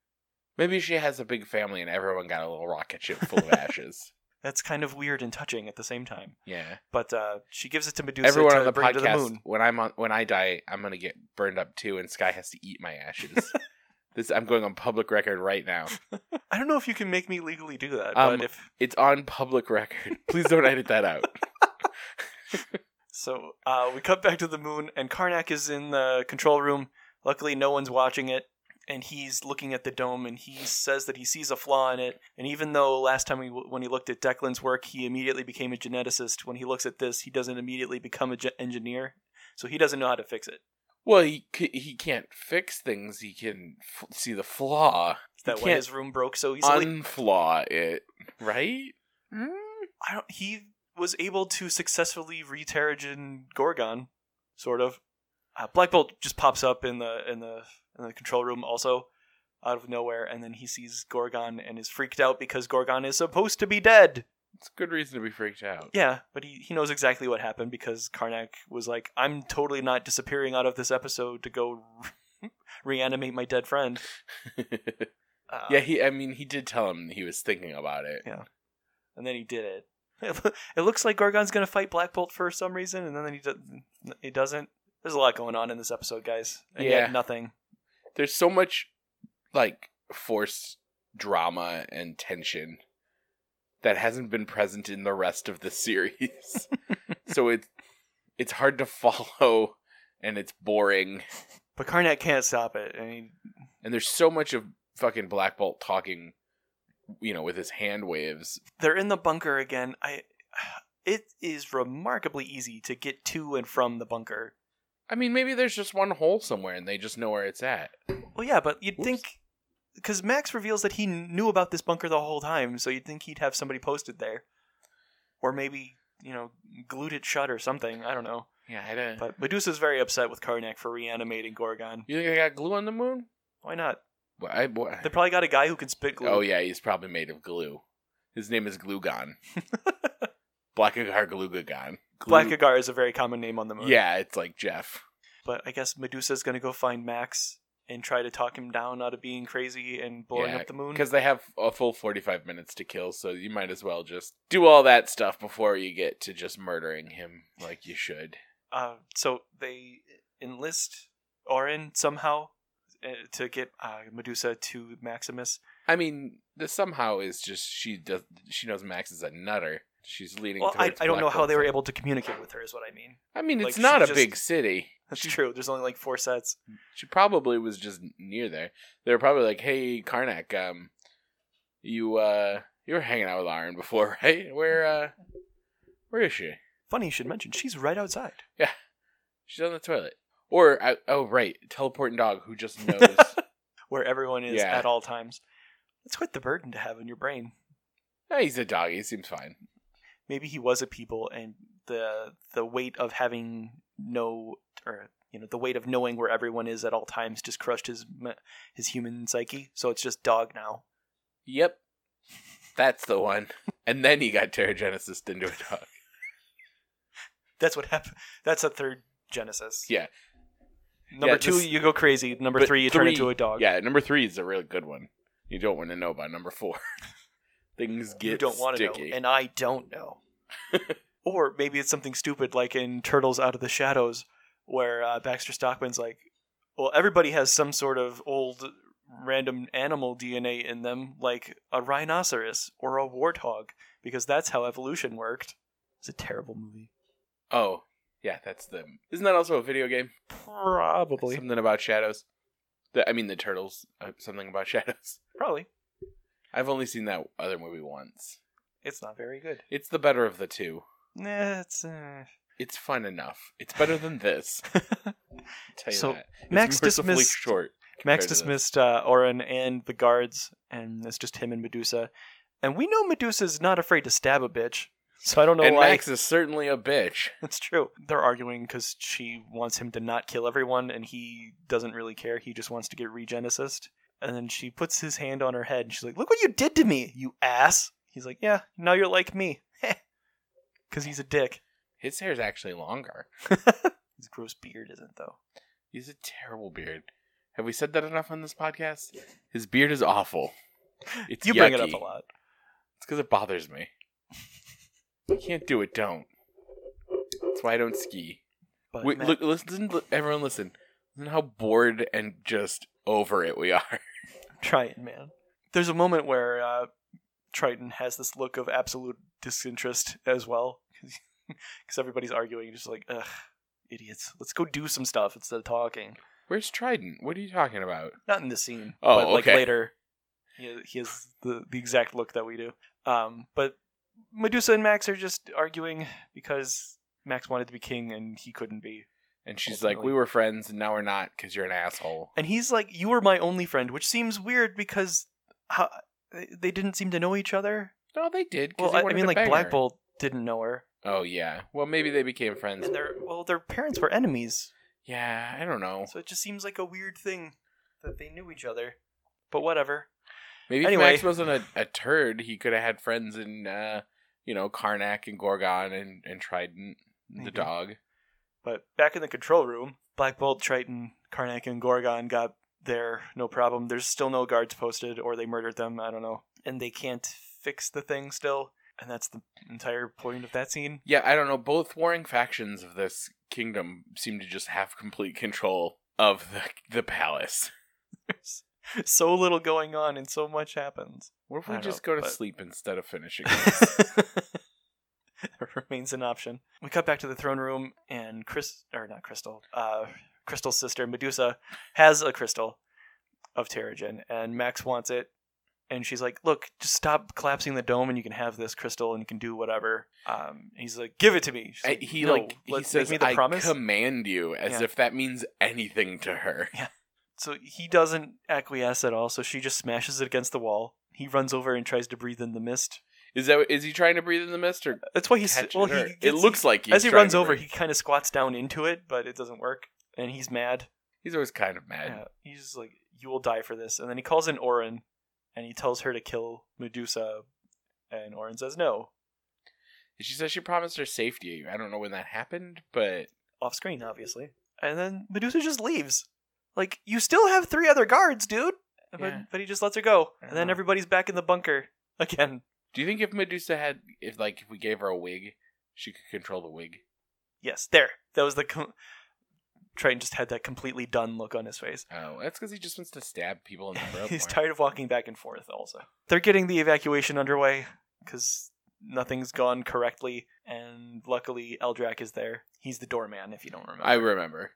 S3: Maybe she has a big family and everyone got a little rocket ship
S2: *laughs*
S3: full of ashes.
S2: That's kind of weird and touching at the same time.
S3: Yeah.
S2: But uh, she gives it to Medusa
S3: everyone
S2: to
S3: on the
S2: bring her to the
S3: podcast
S2: moon.
S3: when I'm on when I die, I'm gonna get burned up too, and Sky has to eat my ashes.
S2: *laughs*
S3: this I'm going on public record right now.
S2: I don't know if you can make me legally do that,
S3: Um,
S2: but if
S3: It's on public record. Please don't edit that out.
S2: so, uh, we cut back to the moon, and Karnak is in the control room. Luckily, no one's watching it, and he's looking at the dome, and he says that he sees a flaw in it. And even though last time we, when he looked at Declan's work, he immediately became a geneticist, when he looks at this, he doesn't immediately become an engineer, so he doesn't know how to fix it.
S3: Well, he c- he can't fix things. He can f- see the flaw.
S2: Is that
S3: he
S2: why
S3: can't
S2: his room broke so easily?
S3: unflaw it, right?
S2: I don't, he was able to successfully re-Terrigen Gorgon, sort of. Uh, Black Bolt just pops up in the in the in the control room also, out of nowhere, and then he sees Gorgon and is freaked out because Gorgon is supposed to be dead.
S3: It's a good reason to be freaked out.
S2: Yeah, but he, he knows exactly what happened because Karnak was like, "I'm totally not disappearing out of this episode to go *laughs* reanimate my dead friend." Uh,
S3: *laughs* yeah, he. I mean, he did tell him he was thinking about it.
S2: and then he did it. *laughs* It looks like Gorgon's gonna fight Black Bolt for some reason, and then he does. He doesn't. There's a lot going on in this episode, guys. And
S3: Yeah.
S2: yet nothing.
S3: There's so much like forced drama and tension that hasn't been present in the rest of the series. so it's it's hard to follow and it's boring.
S2: But Karnak can't stop it. I mean,
S3: And there's so much of fucking Black Bolt talking, you know, with his hand waves.
S2: they're in the bunker again. I. *sighs* It is remarkably easy to get to and from the bunker.
S3: I mean, maybe there's just one hole somewhere and they just know where it's at.
S2: Well, yeah, but you'd
S3: Whoops.
S2: think because Max reveals that he knew about this bunker the whole time, so you'd think he'd have somebody posted there, or maybe you know glued it shut or something. I don't know.
S3: Yeah, I don't.
S2: But Medusa's very upset with Karnak for reanimating Gorgon.
S3: You think I got glue on the moon?
S2: Why not?
S3: Well, I, well,
S2: They probably got a guy who can spit glue.
S3: Oh yeah, he's probably made of glue. His name is *laughs* Glugon. Blackagar Glugagon. Glu-
S2: Black Agar is a very common name on the moon.
S3: Yeah, it's like Jeff.
S2: But I guess Medusa's going to go find Max and try to talk him down out of being crazy and blowing
S3: Yeah,
S2: up the moon.
S3: Because they have a full 45 minutes to kill, so you might as well just do all that stuff before you get to just murdering him like you should.
S2: Uh, so they enlist Orin somehow uh, to get uh, Medusa to Maximus.
S3: I mean, this somehow is just she does she knows Max is a nutter. She's leading
S2: Well, I,
S3: towards
S2: I don't know
S3: Black
S2: how they were
S3: Bolt.
S2: able to communicate with her, is what I mean. *laughs*
S3: I mean,
S2: like,
S3: it's
S2: she
S3: not a
S2: just-
S3: big city.
S2: That's true. There's only like four sets.
S3: She probably was just near there. They were probably like, "Hey, Karnak, um, you uh, you were hanging out with Iron before, *laughs* right? Where uh, where is she?
S2: Funny you should mention, she's right outside.
S3: She's on the toilet. Or I, oh, right, teleporting dog
S2: *laughs*
S3: who just knows.
S2: where everyone is
S3: Yeah.
S2: at all times. That's quite the burden to have in your brain.
S3: Eh, he's a dog. He seems fine.
S2: Maybe he was a people, and the the weight of having no, or you know, the weight of knowing where everyone is at all times just crushed his me- his human psyche. So it's just dog now.
S3: Yep, that's the one. And then he got pterogenesis into a dog.
S2: That's what happened. *laughs* That's a third Genesis.
S3: Yeah.
S2: Number
S3: Yeah,
S2: two,
S3: this-
S2: you go crazy. Number
S3: but
S2: three, you turn
S3: three-
S2: into a dog.
S3: Yeah, number three is a really good one. You don't want to know about number four. *laughs* Things get
S2: you don't want to know,
S3: sticky.
S2: and I don't *laughs* know. or maybe it's something stupid like in Turtles Out of the Shadows, where uh, Baxter Stockman's like, well, everybody has some sort of old random animal DNA in them, like a rhinoceros or a warthog, because that's how evolution worked. It's a terrible movie.
S3: Oh, yeah, that's the. Isn't that also a video game?
S2: Probably.
S3: Something about shadows. The, I mean, the turtles. Uh, something about *laughs* shadows.
S2: Probably.
S3: I've only seen that other movie once.
S2: It's not very good.
S3: It's the better of the two.
S2: Nah, it's. Uh... *laughs*
S3: It's fun enough. It's better than this. *laughs* I'll tell you
S2: So,
S3: that. It's
S2: Max
S3: mercifully
S2: dismissed-
S3: short.
S2: Max
S3: compared to this.
S2: dismissed uh, Oren and the guards, and it's just him and Medusa. And we know Medusa's not afraid to stab a bitch, *laughs* So I don't know
S3: and
S2: why. *laughs*
S3: Max is certainly a bitch.
S2: It's true. They're arguing because she wants him to not kill everyone, and he doesn't really care. He just wants to get regenesist. And then she puts his hand on her head, and she's like, "Look what you did to me, you ass!" He's like, "Yeah, now you're like me," *laughs* because he's a dick.
S3: His hair's actually longer.
S2: his gross beard isn't though.
S3: He's a terrible beard. Have we said that enough on this podcast? His beard is awful. It's
S2: you bring it up
S3: yucky.
S2: a lot.
S3: It's because it bothers me. you can't do it. Don't. That's why I don't ski.
S2: But
S3: Wait,
S2: Matt-
S3: look, listen, li- everyone, listen. Listen how bored and just over it we are. *laughs*
S2: Triton, man. There's a moment where uh, Triton has this look of absolute disinterest as well, *laughs* because everybody's arguing, just like, ugh, idiots. Let's go do some stuff instead of talking.
S3: Where's Trident? What are you talking about?
S2: Not in this scene,
S3: Oh,
S2: but like
S3: okay.
S2: later, he, he has the the exact look that we do. Um, but Medusa and Max are just arguing because Max wanted to be king and he couldn't be,
S3: And she's like,
S2: Ultimately.
S3: "We were friends, and now we're not because you're an asshole."
S2: and he's like, "You were my only friend," which seems weird because how, they didn't seem to know each other.
S3: No, they did.
S2: Well,
S3: 'cause he
S2: I, I
S3: wanted
S2: mean,
S3: to
S2: like
S3: bang
S2: Black
S3: her.
S2: Bolt didn't know her,
S3: Oh yeah. Well, maybe they became friends.
S2: and their well, their parents were enemies,
S3: Yeah, I don't know.
S2: so it just seems like a weird thing that they knew each other. But whatever.
S3: Maybe
S2: Anyway.
S3: if Max wasn't a, a turd, he could have had friends in, uh, you know, Karnak and Gorgon and, and Trident,
S2: Maybe.
S3: the dog.
S2: But back in the control room, Black Bolt, Triton, Karnak, and Gorgon got there no problem. There's still no guards posted, or they murdered them. I don't know, and they can't fix the thing still. And that's the entire point of that scene. *laughs*
S3: Yeah, I don't know. Both warring factions of this kingdom seem to just have complete control of the, the palace.
S2: There's so little going on, and so much happens.
S3: What if
S2: I
S3: we
S2: don't
S3: just
S2: know,
S3: go to
S2: but-
S3: sleep instead
S2: *laughs*
S3: of finishing?
S2: that *laughs* remains an option. We cut back to the throne room, and Chris, or not Crystal, uh, Crystal's sister Medusa has a crystal of Terrigen, and Max wants it, and she's like, "Look, just stop collapsing the dome, and you can have this crystal, and you can do whatever." Um, he's like, "Give it to me." She's
S3: I, he
S2: "No,
S3: like he
S2: let's
S3: says,
S2: "Make me the
S3: "I
S2: promise."
S3: command you," as
S2: Yeah.
S3: if that means anything to her.
S2: so he doesn't acquiesce at all. So she just smashes it against the wall. He runs over and tries to breathe in the mist.
S3: Is that is he trying to breathe in the mist or
S2: That's why he's
S3: catch
S2: well.
S3: it?
S2: He
S3: or-
S2: gets-
S3: it looks like he's
S2: as he
S3: trying
S2: runs
S3: to
S2: over,
S3: breathe.
S2: he kind of squats down into it, but it doesn't work, and he's mad.
S3: he's always kind of mad.
S2: Yeah, he's just like, "You will die for this." And then he calls in Orin, and he tells her to kill Medusa, and Orin says no,
S3: She says she promised her safety. I don't know when that happened, but
S2: off screen, obviously. And then Medusa just leaves. Like, you still have three other guards, dude. But,
S3: Yeah.
S2: but he just lets her go,
S3: I
S2: and then
S3: know.
S2: everybody's back in the bunker again.
S3: do you think if Medusa had, if like if we gave her a wig, she could control the wig?
S2: Yes, there. That was the. Com- Triton just had that completely done look on his face.
S3: Oh, that's because he just wants to stab people
S2: *laughs*
S3: in the throat.
S2: He's
S3: more.
S2: tired of walking back and forth, also. They're getting the evacuation underway because nothing's gone correctly, and luckily Eldrak is there. He's the doorman, if you don't remember.
S3: I remember.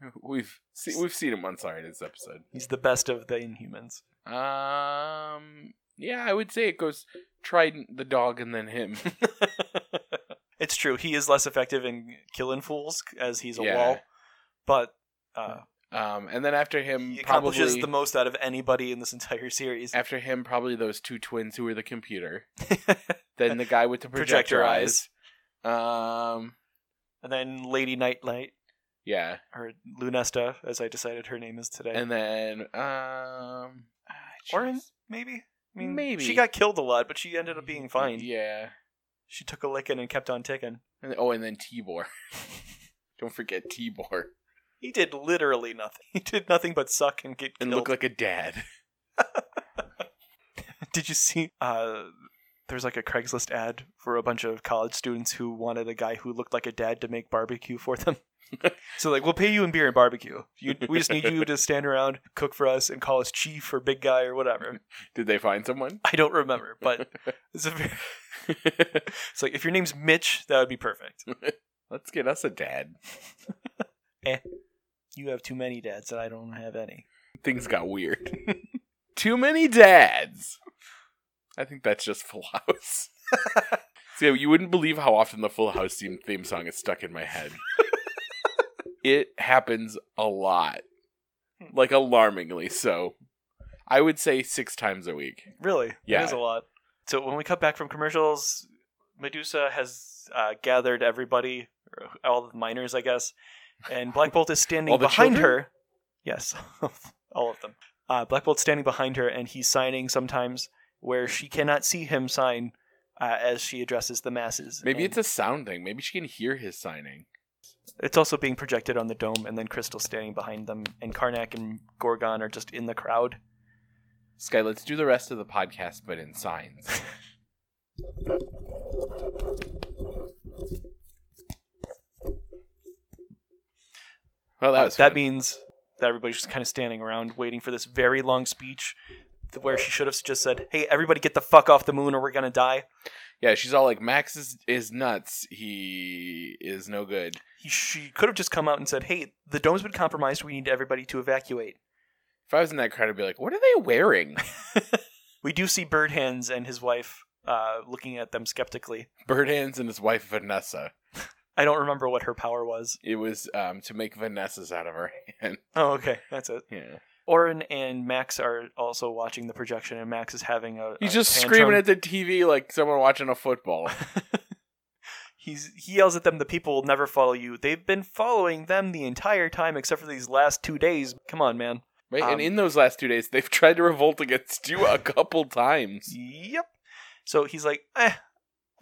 S3: *laughs* We've see, we've seen him once already this episode.
S2: He's the best of the Inhumans. *laughs*
S3: Um, yeah, I would say it goes Trident, the dog, and
S2: *laughs*
S3: then him.
S2: it's true. He is less effective in killing fools as he's a
S3: Yeah.
S2: wall, but uh,
S3: Um, and then after him,
S2: he accomplishes
S3: probably
S2: the most out of anybody in this entire series. *laughs*
S3: after him, probably those two twins who were the computer. Then the guy with the projector,
S2: *laughs* Projector
S3: eyes. Um,
S2: and then Lady Nightlight,
S3: yeah,
S2: or Lunesta, as I decided her name is today.
S3: and then um, ah, jeez.
S2: Orin? Maybe. I mean,
S3: Maybe.
S2: she got killed a lot, but she ended up being fine.
S3: Yeah.
S2: She took a licking and kept on ticking.
S3: And, oh, and then Tibor. *laughs* Don't forget Tibor.
S2: He did literally nothing. *laughs* He did nothing but suck and get
S3: And
S2: killed.
S3: look like a dad. *laughs*
S2: did you see? Uh, there's like a Craigslist ad for a bunch of college students who wanted a guy who looked like a dad to make barbecue for
S3: *laughs*
S2: them. so like, we'll pay you in beer and barbecue. You, we just need you to stand around, cook for us, and call us chief or big guy or whatever.
S3: Did they find someone? *laughs*
S2: I don't remember, but it's a very, it's like if your name's Mitch, that would be
S3: *laughs*
S2: perfect.
S3: Let's get us a dad.
S2: You have too many dads, and I don't have any.
S3: Things got weird. *laughs* Too many dads. I think that's just Full House. *laughs* so you wouldn't believe how often the Full House theme, theme song is stuck in my head. it happens a lot. Like alarmingly so. I would say six times a week.
S2: Really? It
S3: Yeah.
S2: is a lot. So when we cut back from commercials, Medusa has uh, gathered everybody, or all the miners, I guess, and Black Bolt is standing
S3: All the
S2: behind
S3: children?
S2: her. Yes, *laughs* all of them. Uh, Black Bolt's standing behind her, and he's signing sometimes where she cannot see him sign uh, as she addresses the masses.
S3: Maybe
S2: And
S3: it's a sound thing. Maybe she can hear his signing.
S2: it's also being projected on the dome, and then Crystal standing behind them, and Karnak and Gorgon are just in the crowd.
S3: Sky, let's do the rest of the podcast, but in signs.
S2: *laughs*
S3: well, that was
S2: Uh, that
S3: fun.
S2: means that everybody's just kind of standing around waiting for this very long speech th- where she should have just said, Hey, everybody get the fuck off the moon or we're going to die.
S3: yeah. She's all like, "Max is is nuts. He is no good."
S2: He, she could have just come out and said, Hey, the dome's been compromised. We need everybody to evacuate.
S3: If I was in that crowd, I'd be like, "What are
S2: *laughs*
S3: they wearing?
S2: We do see Bird Hands and his wife uh, looking at them skeptically.
S3: Bird hands and his wife Vanessa.
S2: I don't remember what her power was.
S3: It was um, to make Vanessa's out of her hand.
S2: Oh, okay. That's it.
S3: Yeah,
S2: Orin and Max are also watching the projection, and Max is having a.
S3: he's
S2: a
S3: just
S2: Uh, tantrum.
S3: screaming at the TV like someone watching
S2: *laughs*
S3: a football.
S2: He's he yells at them. The people will never follow you. They've been following them the entire time, except for these last two days. Come on, man.
S3: Right,
S2: Um,
S3: and in those last two days, they've tried to revolt against you a couple times.
S2: Yep. So he's like, eh,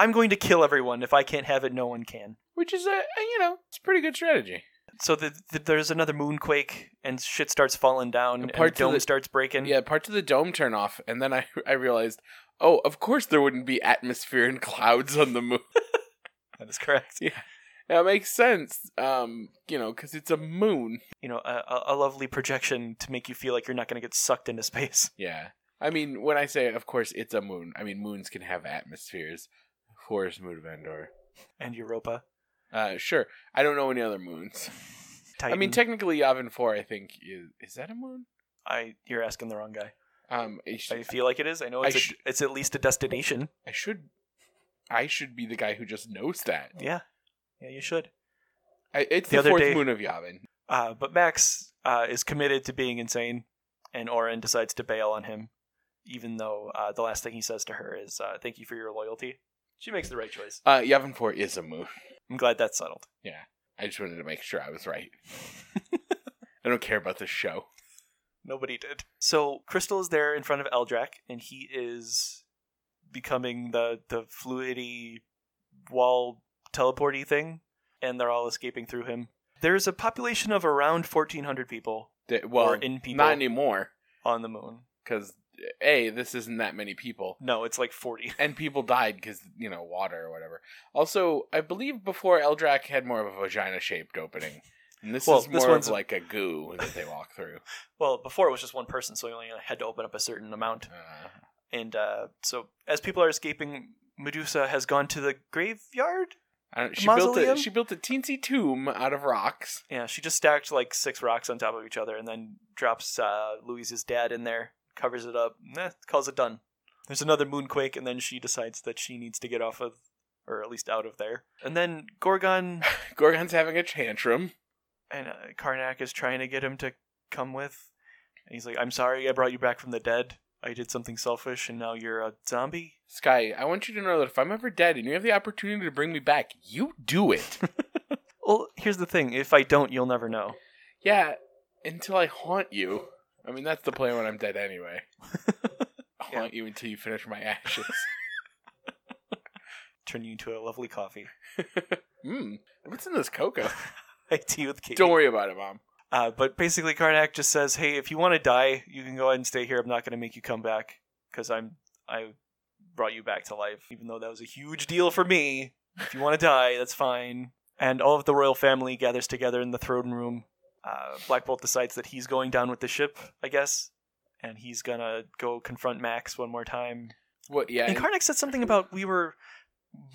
S2: I'm going to kill everyone. If I can't have it, no one can.
S3: which is a a- you know it's a pretty good strategy.
S2: So the, the, there's another moonquake, and shit starts falling down, and,
S3: parts
S2: the
S3: of
S2: dome
S3: the-
S2: starts breaking.
S3: Yeah, parts of the dome turn off, and then I *laughs* I realized, oh, of course there wouldn't be atmosphere and clouds on the moon. *laughs*
S2: that is correct.
S3: that makes sense, um, you know, because it's a moon.
S2: You know, a, a- a lovely projection to make you feel like you're not going to get sucked into space. *laughs*
S3: Yeah, I mean when I say of course it's a moon, I mean moons can have atmospheres. Horus moon of Endor.
S2: And Europa,
S3: Uh, sure. I don't know any
S2: *laughs*
S3: other moons.
S2: Titan.
S3: I mean, technically Yavin Four, I think is is that a moon?
S2: I you're asking the wrong guy.
S3: Um, it sh-
S2: I feel like it is. I know
S3: I
S2: it's a-
S3: sh-
S2: it's at least a destination.
S3: I should, I should be the guy who just knows that.
S2: Yeah, yeah, you should.
S3: I, it's
S2: The
S3: the,
S2: other
S3: fourth
S2: day-
S3: moon of Yavin.
S2: Uh, but Max uh, is committed to being insane, and Oren decides to bail on him, even though uh, the last thing he says to her is, uh, Thank you for your loyalty. She makes the right choice.
S3: Uh, Yavin 4 is a moon.
S2: I'm glad that's settled. *laughs*
S3: I just wanted to make sure I was right. I don't care about this show.
S2: Nobody did. So Crystal is there in front of Eldrak, and he is becoming the, the fluidy wall teleporty thing, and they're all escaping through him. There's a population of around 1,400 people
S3: That- well,
S2: or in people
S3: not anymore,
S2: on the moon.
S3: because a this isn't that many people,
S2: No, it's like 40.
S3: and people died because you know water or whatever. Also, I believe before Eldrak had more of a vagina-shaped opening, and this
S2: Well,
S3: is
S2: this
S3: more
S2: one's
S3: of
S2: a-
S3: like a goo that they walk through.
S2: Well, before it was just one person, so we only had to open up a certain amount.
S3: Uh,
S2: And uh, so, as people are escaping, Medusa has gone to the graveyard.
S3: I don't,
S2: A
S3: she built a
S2: mausoleum?
S3: she built a teensy tomb out of rocks.
S2: Yeah, she just stacked like six rocks on top of each other, and then drops uh, Louise's dad in there, covers it up, and that calls it done. There's another moonquake, and then she decides that she needs to get off of, or at least out of there. And then Gorgon *laughs*
S3: Gorgon's having a tantrum.
S2: and uh, Karnak is trying to get him to come with, and he's like, "I'm sorry, I brought you back from the dead. I did something selfish, and now you're a zombie."
S3: Sky, I want you to know that if I'm ever dead and you have the opportunity to bring me back, you do it.
S2: Well, here's the thing. If I don't, you'll never know.
S3: yeah, until I haunt you. I mean, that's the plan when I'm
S2: *laughs*
S3: dead anyway. haunt you until you finish my ashes.
S2: Turn you into a lovely coffee. *laughs*
S3: Hmm. What's in this cocoa?
S2: I tea with Katie.
S3: Don't worry about it, Mom.
S2: Uh, but basically, Karnak just says, "Hey, if you want to die, you can go ahead and stay here. I'm not going to make you come back because I'm I brought you back to life, even though that was a huge deal for me. If you want to *laughs* die, that's fine." And all of the royal family gathers together in the throne room. Uh, Black Bolt decides that he's going down with the ship, I guess, and he's gonna go confront Max one more time.
S3: What? Yeah.
S2: And Karnak said something about we were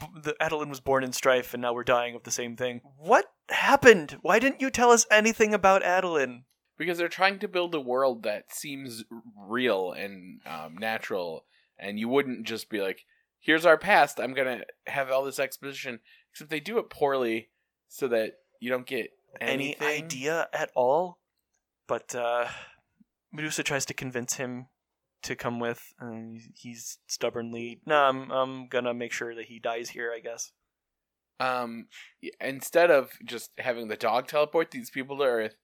S2: b- the Adeline was born in strife and now we're dying of the same thing. What happened? Why didn't you tell us anything about Adeline?
S3: because they're trying to build a world that seems r- real and um, natural, and you wouldn't just be like, "Here's our past. I'm gonna have all this exposition." Except they do it poorly, so that you don't get anything.
S2: Any idea at all? But uh, Medusa tries to convince him to come with, and he's stubbornly, no, I'm, I'm gonna make sure that he dies here, I guess.
S3: Um, y- instead of just having the dog teleport these people to Earth,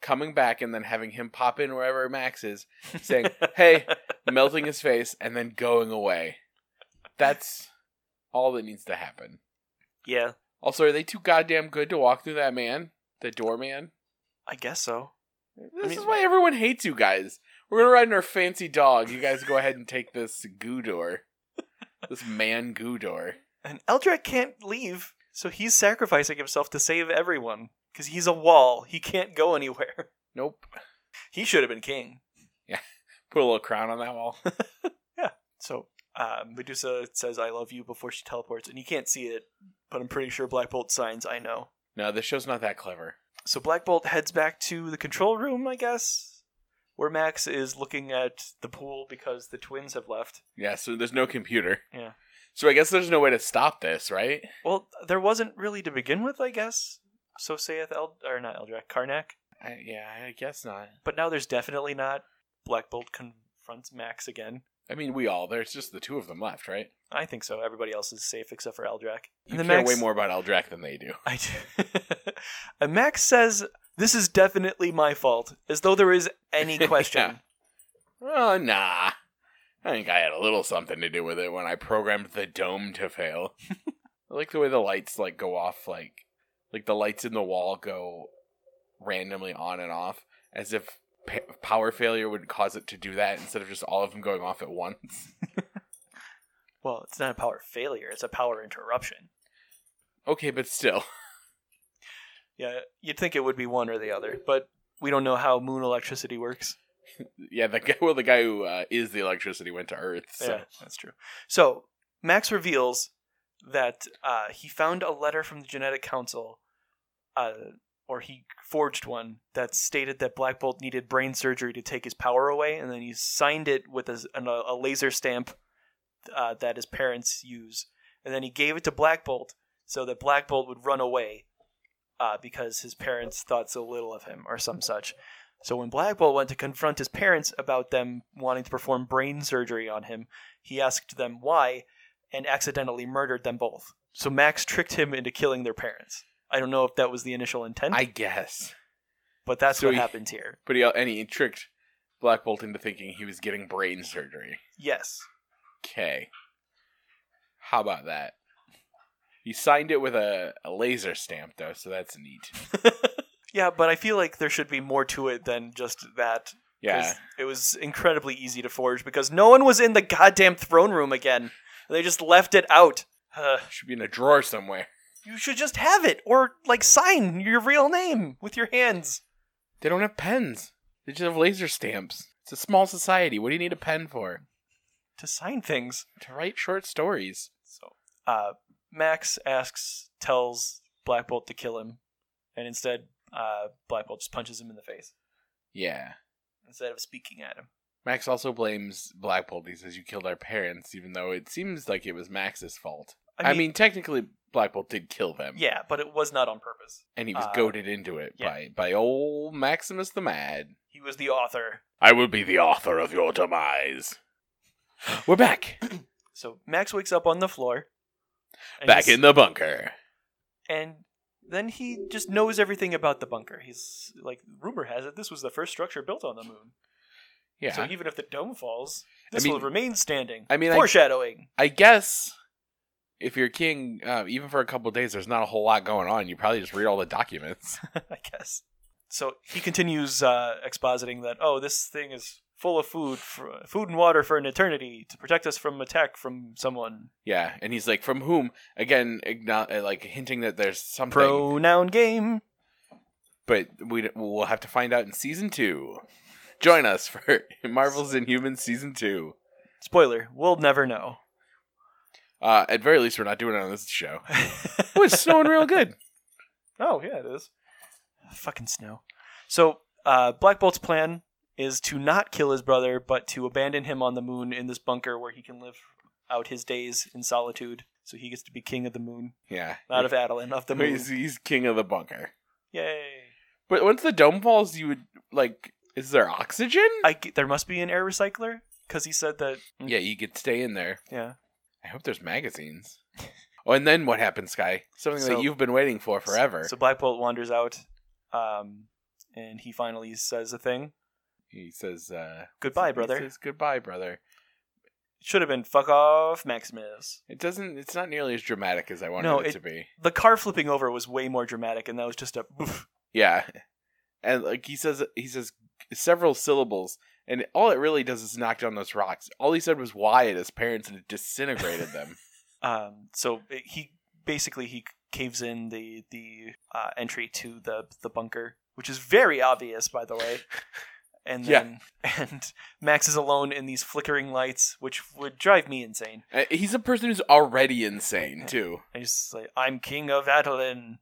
S3: coming back and then having him pop in wherever Max is, saying, "Hey," melting his face, and then going away. That's all that needs to happen.
S2: Yeah,
S3: Also, are they too goddamn good to walk through that man, the doorman?
S2: I guess so.
S3: This
S2: mean-
S3: is why everyone hates you guys. We're gonna ride in our fancy dog. You guys go ahead and take this goo door, this man goo door.
S2: And Eldra can't leave, so he's sacrificing himself to save everyone because he's a wall. He can't go anywhere. *laughs*
S3: Nope.
S2: He should have been king.
S3: Put a little crown on that wall. *laughs*
S2: So uh, Medusa says "I love you" before she teleports, and you can't see it, but I'm pretty sure Black Bolt signs "I know."
S3: no, this show's not that clever.
S2: So Black Bolt heads back to the control room, I guess, where Max is looking at the pool because the twins have left.
S3: Yeah, so there's no computer.
S2: Yeah.
S3: So I guess there's no way to stop this, right?
S2: Well, there wasn't really to begin with, I guess. So saith El or not Eldrak Karnak.
S3: I, yeah, I guess not.
S2: But now there's definitely not. Black Bolt confronts Max again.
S3: I mean, we all. There's just the two of them left, right?
S2: I think so. Everybody else is safe except for Eldrak.
S3: You
S2: then
S3: care
S2: Max-
S3: way more about Eldrak than they do.
S2: I *laughs* do. and Max says, "This is definitely my fault," as though there is any question.
S3: Oh, nah. I think I had a little something to do with it when I programmed the dome to *laughs* fail. I like the way the lights like go off, like like the lights in the wall go randomly on and off, as if pa- power failure would cause it to do that instead of just all of them going off at once.
S2: Well, it's not a power failure; it's a power interruption.
S3: Okay, but still.
S2: Yeah, you'd think it would be one or the other, but we don't know how moon electricity works.
S3: Yeah, the guy. *laughs* Well, the guy who uh, is the electricity went to Earth. So.
S2: Yeah, that's true. So Max reveals that uh, he found a letter from the genetic council, uh, or he forged one that stated that Black Bolt needed brain surgery to take his power away, and then he signed it with a, an- a laser stamp uh, that his parents use, and then he gave it to Black Bolt so that Black Bolt would run away uh, because his parents thought so little of him, or some such. So when Black Bolt went to confront his parents about them wanting to perform brain surgery on him, he asked them why and accidentally murdered them both. So Max tricked him into killing their parents. I don't know if that was the initial intent,
S3: I guess.
S2: but that's
S3: so
S2: what
S3: he-
S2: happens here.
S3: But he uh, and he tricked Black Bolt into thinking he was getting brain surgery.
S2: Yes.
S3: Okay. How about that? He signed it with a, a laser stamp though, so that's neat.
S2: Yeah, but I feel like there should be more to it than just that. 'cause
S3: Yeah.
S2: It was incredibly easy to forge because no one was in the goddamn throne room again. They just left it out. Uh,
S3: Should be in a drawer somewhere.
S2: you should just have it or like sign your real name with your hands.
S3: They don't have pens. They just have laser stamps. It's a small society. What do you need a pen for?
S2: to sign things.
S3: To write short stories.
S2: So uh, Max asks, tells Black Bolt to kill him, and instead uh, Black Bolt just punches him in the face
S3: Yeah.
S2: instead of speaking at him.
S3: Max also blames Black Bolt. He says you killed our parents, even though it seems like it was Max's fault. I mean, technically, Black Bolt did kill them.
S2: yeah, but it was not on purpose.
S3: And he was
S2: Uh,
S3: goaded into it
S2: yeah.
S3: by, by old Maximus the Mad.
S2: He was the author.
S3: I will be the author of your demise. We're back.
S2: So Max wakes up on the floor. and
S3: back
S2: he's-
S3: in the bunker.
S2: And then he just knows everything about the bunker. He's like, rumor has it this was the first structure built on the moon.
S3: Yeah.
S2: So even if the dome falls, this will
S3: mean-
S2: remain standing.
S3: I mean, I-
S2: foreshadowing. *laughs*
S3: I guess if you're king, uh, even for a couple of days, there's not a whole lot going on. You probably just read all the documents.
S2: I guess. So he continues uh, expositing that, oh, this thing is full of food, for, food and water for an eternity to protect us from attack from someone.
S3: yeah. And he's like, from whom? Again, igno- uh, like hinting that there's something.
S2: Pronoun game.
S3: But we, d- we'll have to find out in season two. Join us for *laughs* Marvels in Humans season two.
S2: Spoiler, we'll never know.
S3: Uh, at very least, we're not doing it on this
S2: *laughs*
S3: show. Oh, it's snowing real good.
S2: oh, yeah, it is. Fucking snow. So uh, Black Bolt's plan is to not kill his brother, but to abandon him on the moon in this bunker where he can live out his days in solitude. So he gets to be king of the moon,
S3: Yeah.
S2: *laughs* not of Adeline, of the moon.
S3: he's, he's king of the bunker.
S2: Yay!
S3: But once the dome falls, you would like. Is there oxygen?
S2: I, g- there must be an air recycler because he said that. mm,
S3: Yeah, you could stay in there.
S2: Yeah.
S3: I hope there's magazines. *laughs* oh, and then what happens, Sky? Something
S2: So-
S3: that you've been waiting for forever.
S2: So Black Bolt wanders out, um, and he finally says a thing.
S3: he says, uh,
S2: Goodbye,
S3: he
S2: brother.
S3: says, "Goodbye, brother."
S2: Should have been fuck off, Maximus.
S3: It doesn't. It's not nearly as dramatic as I wanted
S2: No,
S3: it,
S2: it-
S3: to be.
S2: The car flipping over was way more dramatic, and that was just a. Oof.
S3: Yeah, and like he says, he says several syllables, and all it really does is knock down those rocks. All he said was "why" at his parents, and it disintegrated
S2: *laughs*
S3: them.
S2: Um, so it- he basically he caves in the the uh, entry to the the bunker, which is very obvious, by the
S3: *laughs*
S2: way. And
S3: Yeah.
S2: then *laughs* and Max is alone in these flickering lights, which would drive me insane.
S3: Uh, He's a person who's
S2: *laughs*
S3: already insane too.
S2: I just like I'm king of Adelin.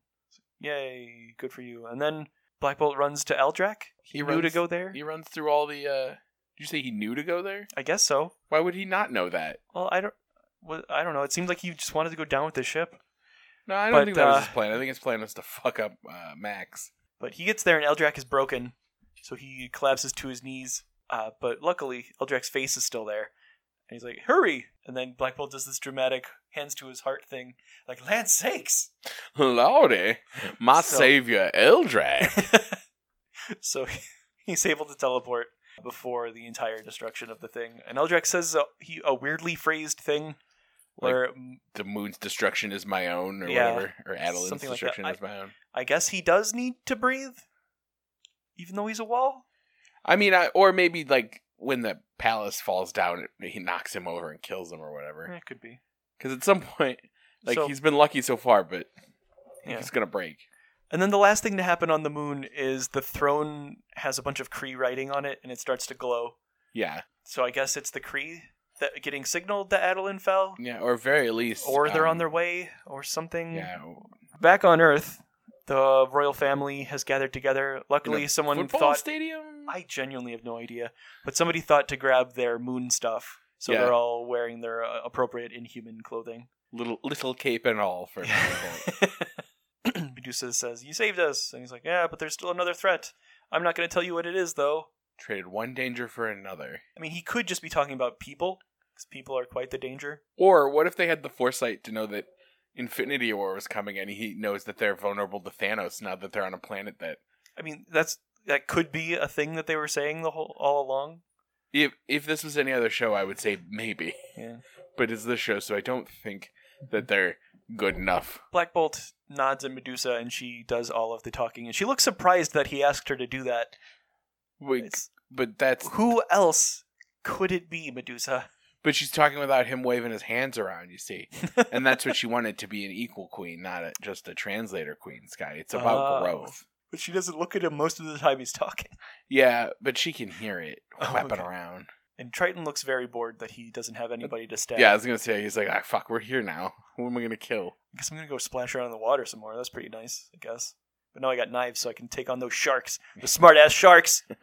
S2: Yay, good for you. And then Black Bolt runs to Eldrak. He,
S3: He
S2: knew to
S3: runs-
S2: go there.
S3: He runs through all the. uh Did you say he knew to go there?
S2: I guess so.
S3: Why would he not know that?
S2: Well, I don't. Well, I don't know. It seemed like he just wanted to go down with the ship.
S3: No, I don't
S2: But,
S3: think that
S2: uh,
S3: was his plan. I think his plan was to fuck up uh, Max. *laughs*
S2: But he gets there and Eldrak is broken, so he collapses to his knees. Uh, but luckily, Eldrak's face is still there, and he's like, "Hurry!" And then Black Bolt does this dramatic hands to his heart thing, like, "Land
S3: *laughs*
S2: sakes!" *laughs*
S3: Lordy, my
S2: So-
S3: savior Eldrag.
S2: so *laughs* he's able to teleport before the entire destruction of the thing. And Eldrak says a, he a weirdly phrased thing where mm,
S3: the moon's destruction is my own, or
S2: Yeah,
S3: whatever, or Adeline's
S2: something like that.
S3: destruction
S2: I-
S3: is my own.
S2: I guess he does need to breathe, even though he's a wall.
S3: I mean, I, or maybe like when the palace falls down, it, he knocks him over and kills him, or whatever.
S2: It could be.
S3: Because at some point, like
S2: Mm. So-
S3: he's been lucky so far, but
S2: Yeah.
S3: he's gonna break.
S2: And then the last thing to happen on the moon is the throne has a bunch of Kree writing on it, and it starts to glow.
S3: Yeah,
S2: So I guess it's the Kree that getting signaled that Adeline fell,
S3: yeah, or very least,
S2: or they're
S3: um,
S2: on their way, or something.
S3: Yeah,
S2: Back on Earth, the royal family has gathered together.
S3: in a
S2: Luckily, someone
S3: football
S2: thought.
S3: stadium.
S2: I genuinely have no idea, but somebody thought to grab their moon stuff, so
S3: Yeah.
S2: they're all wearing their uh, appropriate Inhuman clothing.
S3: little little cape and all
S2: *laughs*
S3: for Malcolm.
S2: *clears throat* Medusa says, "You saved us," and he's like, "Yeah, but there's still another threat. I'm not going to tell you what it is, though."
S3: traded one danger for another.
S2: I mean, he could just be talking about people, because people are quite the danger.
S3: Or what if they had the foresight to know that Infinity War was coming and he knows that they're vulnerable to Thanos now that they're on a planet that
S2: I mean, that's that could be a thing that they were saying the whole all along.
S3: if if this was any other show I would say maybe.
S2: Yeah.
S3: *laughs*
S2: Mm-hmm.
S3: But it's this show so I don't think that they're good enough.
S2: Black Bolt nods at Medusa, and she does all of the talking, and she looks surprised that he asked her to do that.
S3: Wait,
S2: It's,
S3: but that's
S2: who else could it be, Medusa?
S3: but she's talking without him waving his hands around, you see.
S2: *laughs*
S3: and that's what she wanted to be an equal queen, not a, just a translator queen, Sky. It's about
S2: Oh.
S3: growth.
S2: But she doesn't look at him most of the time he's talking.
S3: Yeah, but she can hear it
S2: Oh,
S3: whapping
S2: okay.
S3: around.
S2: And Triton looks very bored that he doesn't have anybody to stab.
S3: Yeah, I was gonna say he's like, ah, fuck, we're here now. Who am I gonna kill?
S2: I guess I'm gonna go splash around in the water some more. That's pretty nice, I guess. But now I got knives, so I can take on those sharks,
S3: *laughs*
S2: the smart ass sharks. And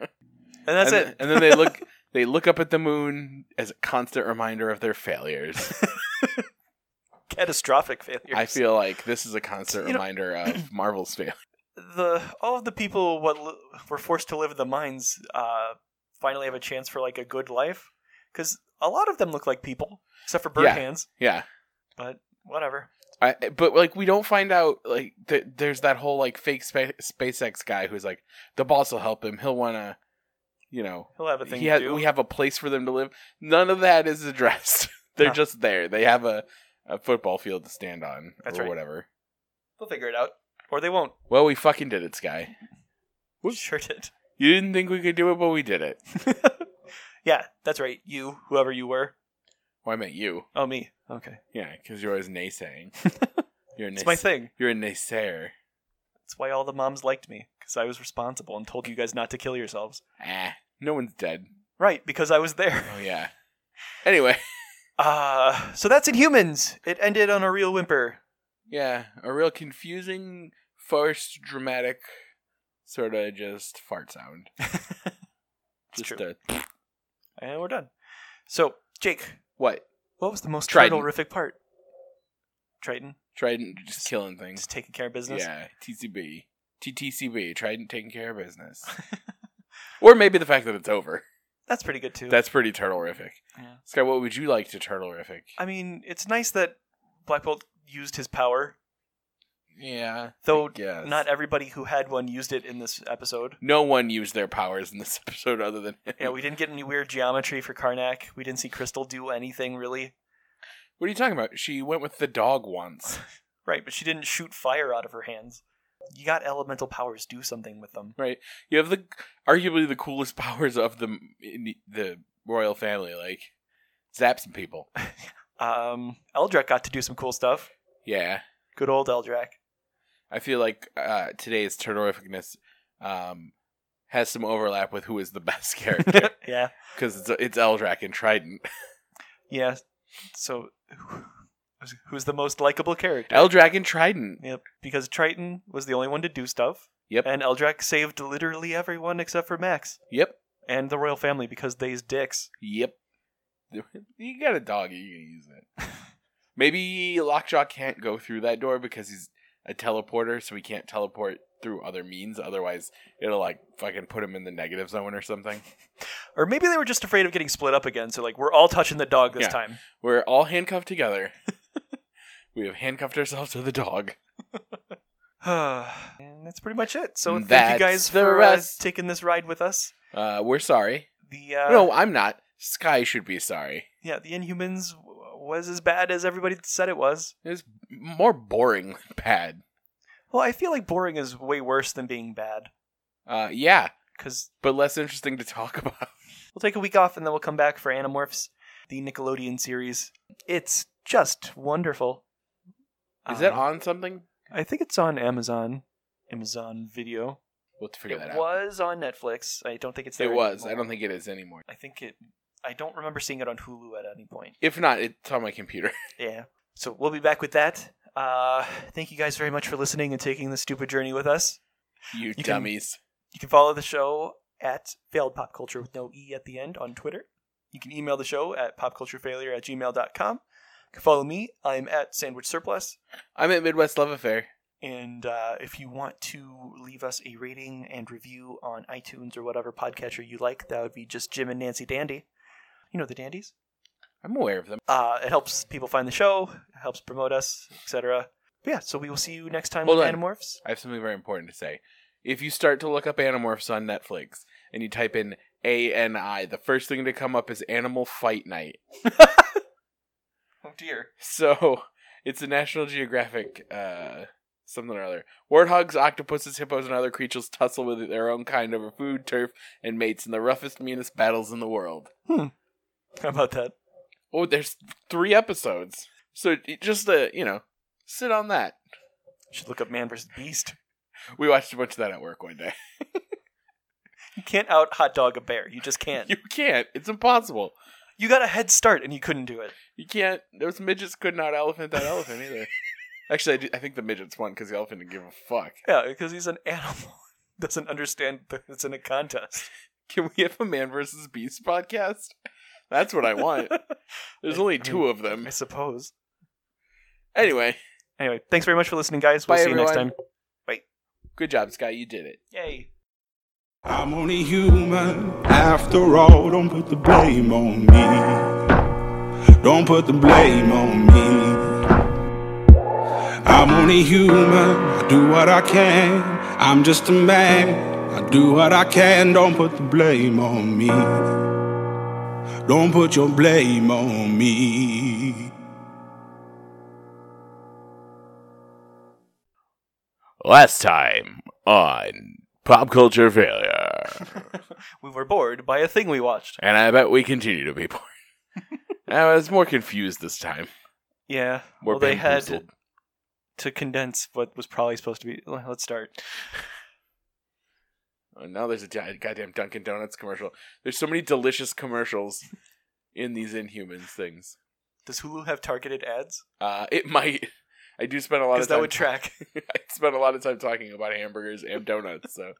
S2: that's
S3: and,
S2: it.
S3: and then they look they look up at the moon as a constant reminder of
S2: *laughs*
S3: their failures.
S2: Catastrophic failures.
S3: I feel like this is a constant
S2: You know-
S3: reminder
S2: *clears throat*
S3: of Marvel's failure.
S2: the all of the people what li- were forced to live in the mines uh, finally have a chance for like a good life because a lot of them look like people, except for bird
S3: Yeah.
S2: hands.
S3: *laughs* Yeah.
S2: But whatever.
S3: I, but like we don't find out like th- there's that whole like fake spa- SpaceX guy who's like the boss will help him. He'll want to you know,
S2: He'll have a thing
S3: he
S2: to
S3: ha-
S2: do.
S3: we have a place for them to live. None of that is addressed. *laughs* They're
S2: No.
S3: just there. They have a, a football field to stand on
S2: That's
S3: or
S2: right.
S3: whatever.
S2: They'll figure it out, or they won't.
S3: Well, we fucking did it, Sky. Whoops.
S2: Sure did. *laughs*
S3: You didn't think we could do it, but we did it.
S2: yeah, that's right. You, whoever you were.
S3: Well, I meant you.
S2: Oh, me. Okay,
S3: Yeah, because you're
S2: *laughs*
S3: always naysaying. You're a
S2: it's
S3: nays-
S2: my thing.
S3: You're a naysayer.
S2: That's why all the moms liked me because I was responsible and told you guys not to kill yourselves.
S3: Ah, no one's dead.
S2: Right, because I was there.
S3: Oh yeah. Anyway, *laughs*
S2: *laughs* Uh, so that's Inhumans. It ended on a real whimper.
S3: yeah, a real confusing, forced, dramatic, sort of just fart
S2: *laughs*
S3: sound.
S2: It's
S3: just
S2: true.
S3: a
S2: And we're done. So, Jake,
S3: what?
S2: What was the most
S3: Triton.
S2: turtle-rific part? Triton,
S3: Trident just killing things.
S2: just taking care of business.
S3: Yeah, TCB,
S2: *laughs*
S3: TTCB. Trident taking care of business. or maybe the fact that it's over.
S2: That's pretty good too.
S3: That's pretty turtle rific.
S2: Yeah.
S3: Sky, what would you like to turtle rific?
S2: I mean, it's nice that Black Bolt used his power,
S3: Yeah.
S2: though
S3: Yes.
S2: not everybody who had one used it in this episode.
S3: no one used their powers in this *laughs* episode other than him.
S2: Yeah, we didn't get any weird geometry for Karnak. We didn't see Crystal do anything really.
S3: What are you talking about? She went with the dog once.
S2: Right, but she didn't shoot fire out of her hands. You got elemental powers. Do something with them.
S3: Right. You have the arguably the coolest *laughs* powers of the in the royal family, like zap some people.
S2: Um, Eldrak got to do some cool stuff.
S3: Yeah.
S2: Good old Eldrak.
S3: I feel like uh, today's terrificness um, has some overlap with who is the best *laughs* character
S2: yeah,
S3: because it's it's Eldrak and Trident.
S2: yeah. So, who's- who's the most likable character?
S3: Eldrak and Trident.
S2: Yep, because Triton was the only one to do stuff.
S3: Yep.
S2: And Eldrak saved literally everyone except for Max
S3: Yep.
S2: and the royal family because they's dicks.
S3: Yep. *laughs* You got a dog. You can use it. Maybe Lockjaw can't go through that door because he's a teleporter, so he can't teleport through other means. Otherwise, it'll like fucking put him in the negative zone or something.
S2: Or maybe they were just afraid of getting split up again. So, like, we're all touching the dog this
S3: Yeah.
S2: time. *sighs*
S3: We're all handcuffed
S2: *laughs*
S3: together. we have handcuffed ourselves to the dog.
S2: and that's pretty much it. So, thank
S3: That's
S2: you guys
S3: the
S2: for uh,
S3: rest.
S2: taking this ride with us.
S3: Uh, we're sorry.
S2: The uh,
S3: no, I'm not. Sky should be sorry.
S2: yeah, the Inhumans w- was as bad as everybody said it was.
S3: It's more boring than bad.
S2: Well, I feel like boring is way worse than being bad
S3: Uh, yeah,
S2: because
S3: but less interesting to talk *laughs* about.
S2: We'll take a week off and then we'll come back for Animorphs, the Nickelodeon series. It's just wonderful.
S3: Is that
S2: Uh,
S3: on something?
S2: I think it's on Amazon, Amazon Video.
S3: We'll have to figure
S2: It
S3: that out.
S2: was on Netflix. I don't think it's there.
S3: It was. I
S2: anymore.
S3: don't think it is anymore.
S2: I think it. I don't remember seeing it on Hulu at any point.
S3: If not, it's on my computer. *laughs*
S2: Yeah. So we'll be back with that. Uh, thank you guys very much for listening and taking this stupid journey with us.
S3: you,
S2: can-
S3: dummies.
S2: You can follow the show at failed pop culture with no E at the end on Twitter. You can email the show at popculturefailure at gmail.com. You can follow me. I'm at sandwich surplus.
S3: I'm at Midwest Love Affair.
S2: And uh, if you want to leave us a rating and review on iTunes or whatever podcatcher you like, that would be just Jim and Nancy Dandy. You know the Dandies.
S3: I'm aware of them.
S2: Uh, it helps people find the show, it helps promote us, etc. But Yeah, so we will see you next time
S3: Hold
S2: with
S3: on.
S2: Animorphs.
S3: I have something very important to say. If you start to look up Animorphs on Netflix and you type in A N I, the first thing to come up is Animal Fight Night. *laughs*
S2: Oh dear.
S3: So it's a National Geographic uh, something or other. Warthogs, octopuses, hippos, and other creatures tussle with their own kind over food, turf, and mates in the roughest, meanest battles in the world.
S2: How about that?
S3: Oh, there's three episodes. So it- just uh, you know, sit on that.
S2: Should look up Man vs. Beast.
S3: We watched a bunch of that at work one day. *laughs*
S2: You can't out hot dog a bear. You just can't.
S3: You can't. It's impossible.
S2: You got a head start and you couldn't do it.
S3: You can't. Those midgets couldn't out elephant that elephant *laughs* either. Actually, I, do, I think the midgets won because the elephant didn't give a fuck. *laughs*
S2: Yeah, because he's an *laughs* animal. Doesn't understand that it's in a contest.
S3: Can we have a man versus beast podcast? That's what I *laughs* want. There's
S2: I- I
S3: only
S2: mean-
S3: two of them.
S2: I suppose.
S3: Anyway,
S2: Anyway, thanks very much for listening, guys. We'll
S3: Bye,
S2: see you next
S3: everyone.
S2: time.
S3: good job, Scott. You did it.
S2: Yay.
S1: I'm only human after all. Don't put the blame on me. Don't put the blame on me. I'm only human. I do what I can. I'm just a man. I do what I can. Don't put the blame on me. Don't put your blame on me.
S3: Last time on Pop Culture Failure.
S2: *laughs* We were bored by a thing we watched.
S3: And I bet we continue to *laughs* be bored. I was more confused this time.
S2: Yeah.
S3: More
S2: well, they had
S3: bamboozled.
S2: to condense what was probably supposed to be. Well, Let's start.
S3: Oh, now there's a di- goddamn Dunkin' Donuts commercial. There's so many delicious commercials in these Inhumans things.
S2: Does Hulu have targeted ads?
S3: Uh, it might. I do spend a lot
S2: Because
S3: of
S2: that
S3: *laughs* time.
S2: would track.
S3: I spend a lot of time talking about hamburgers and donuts. So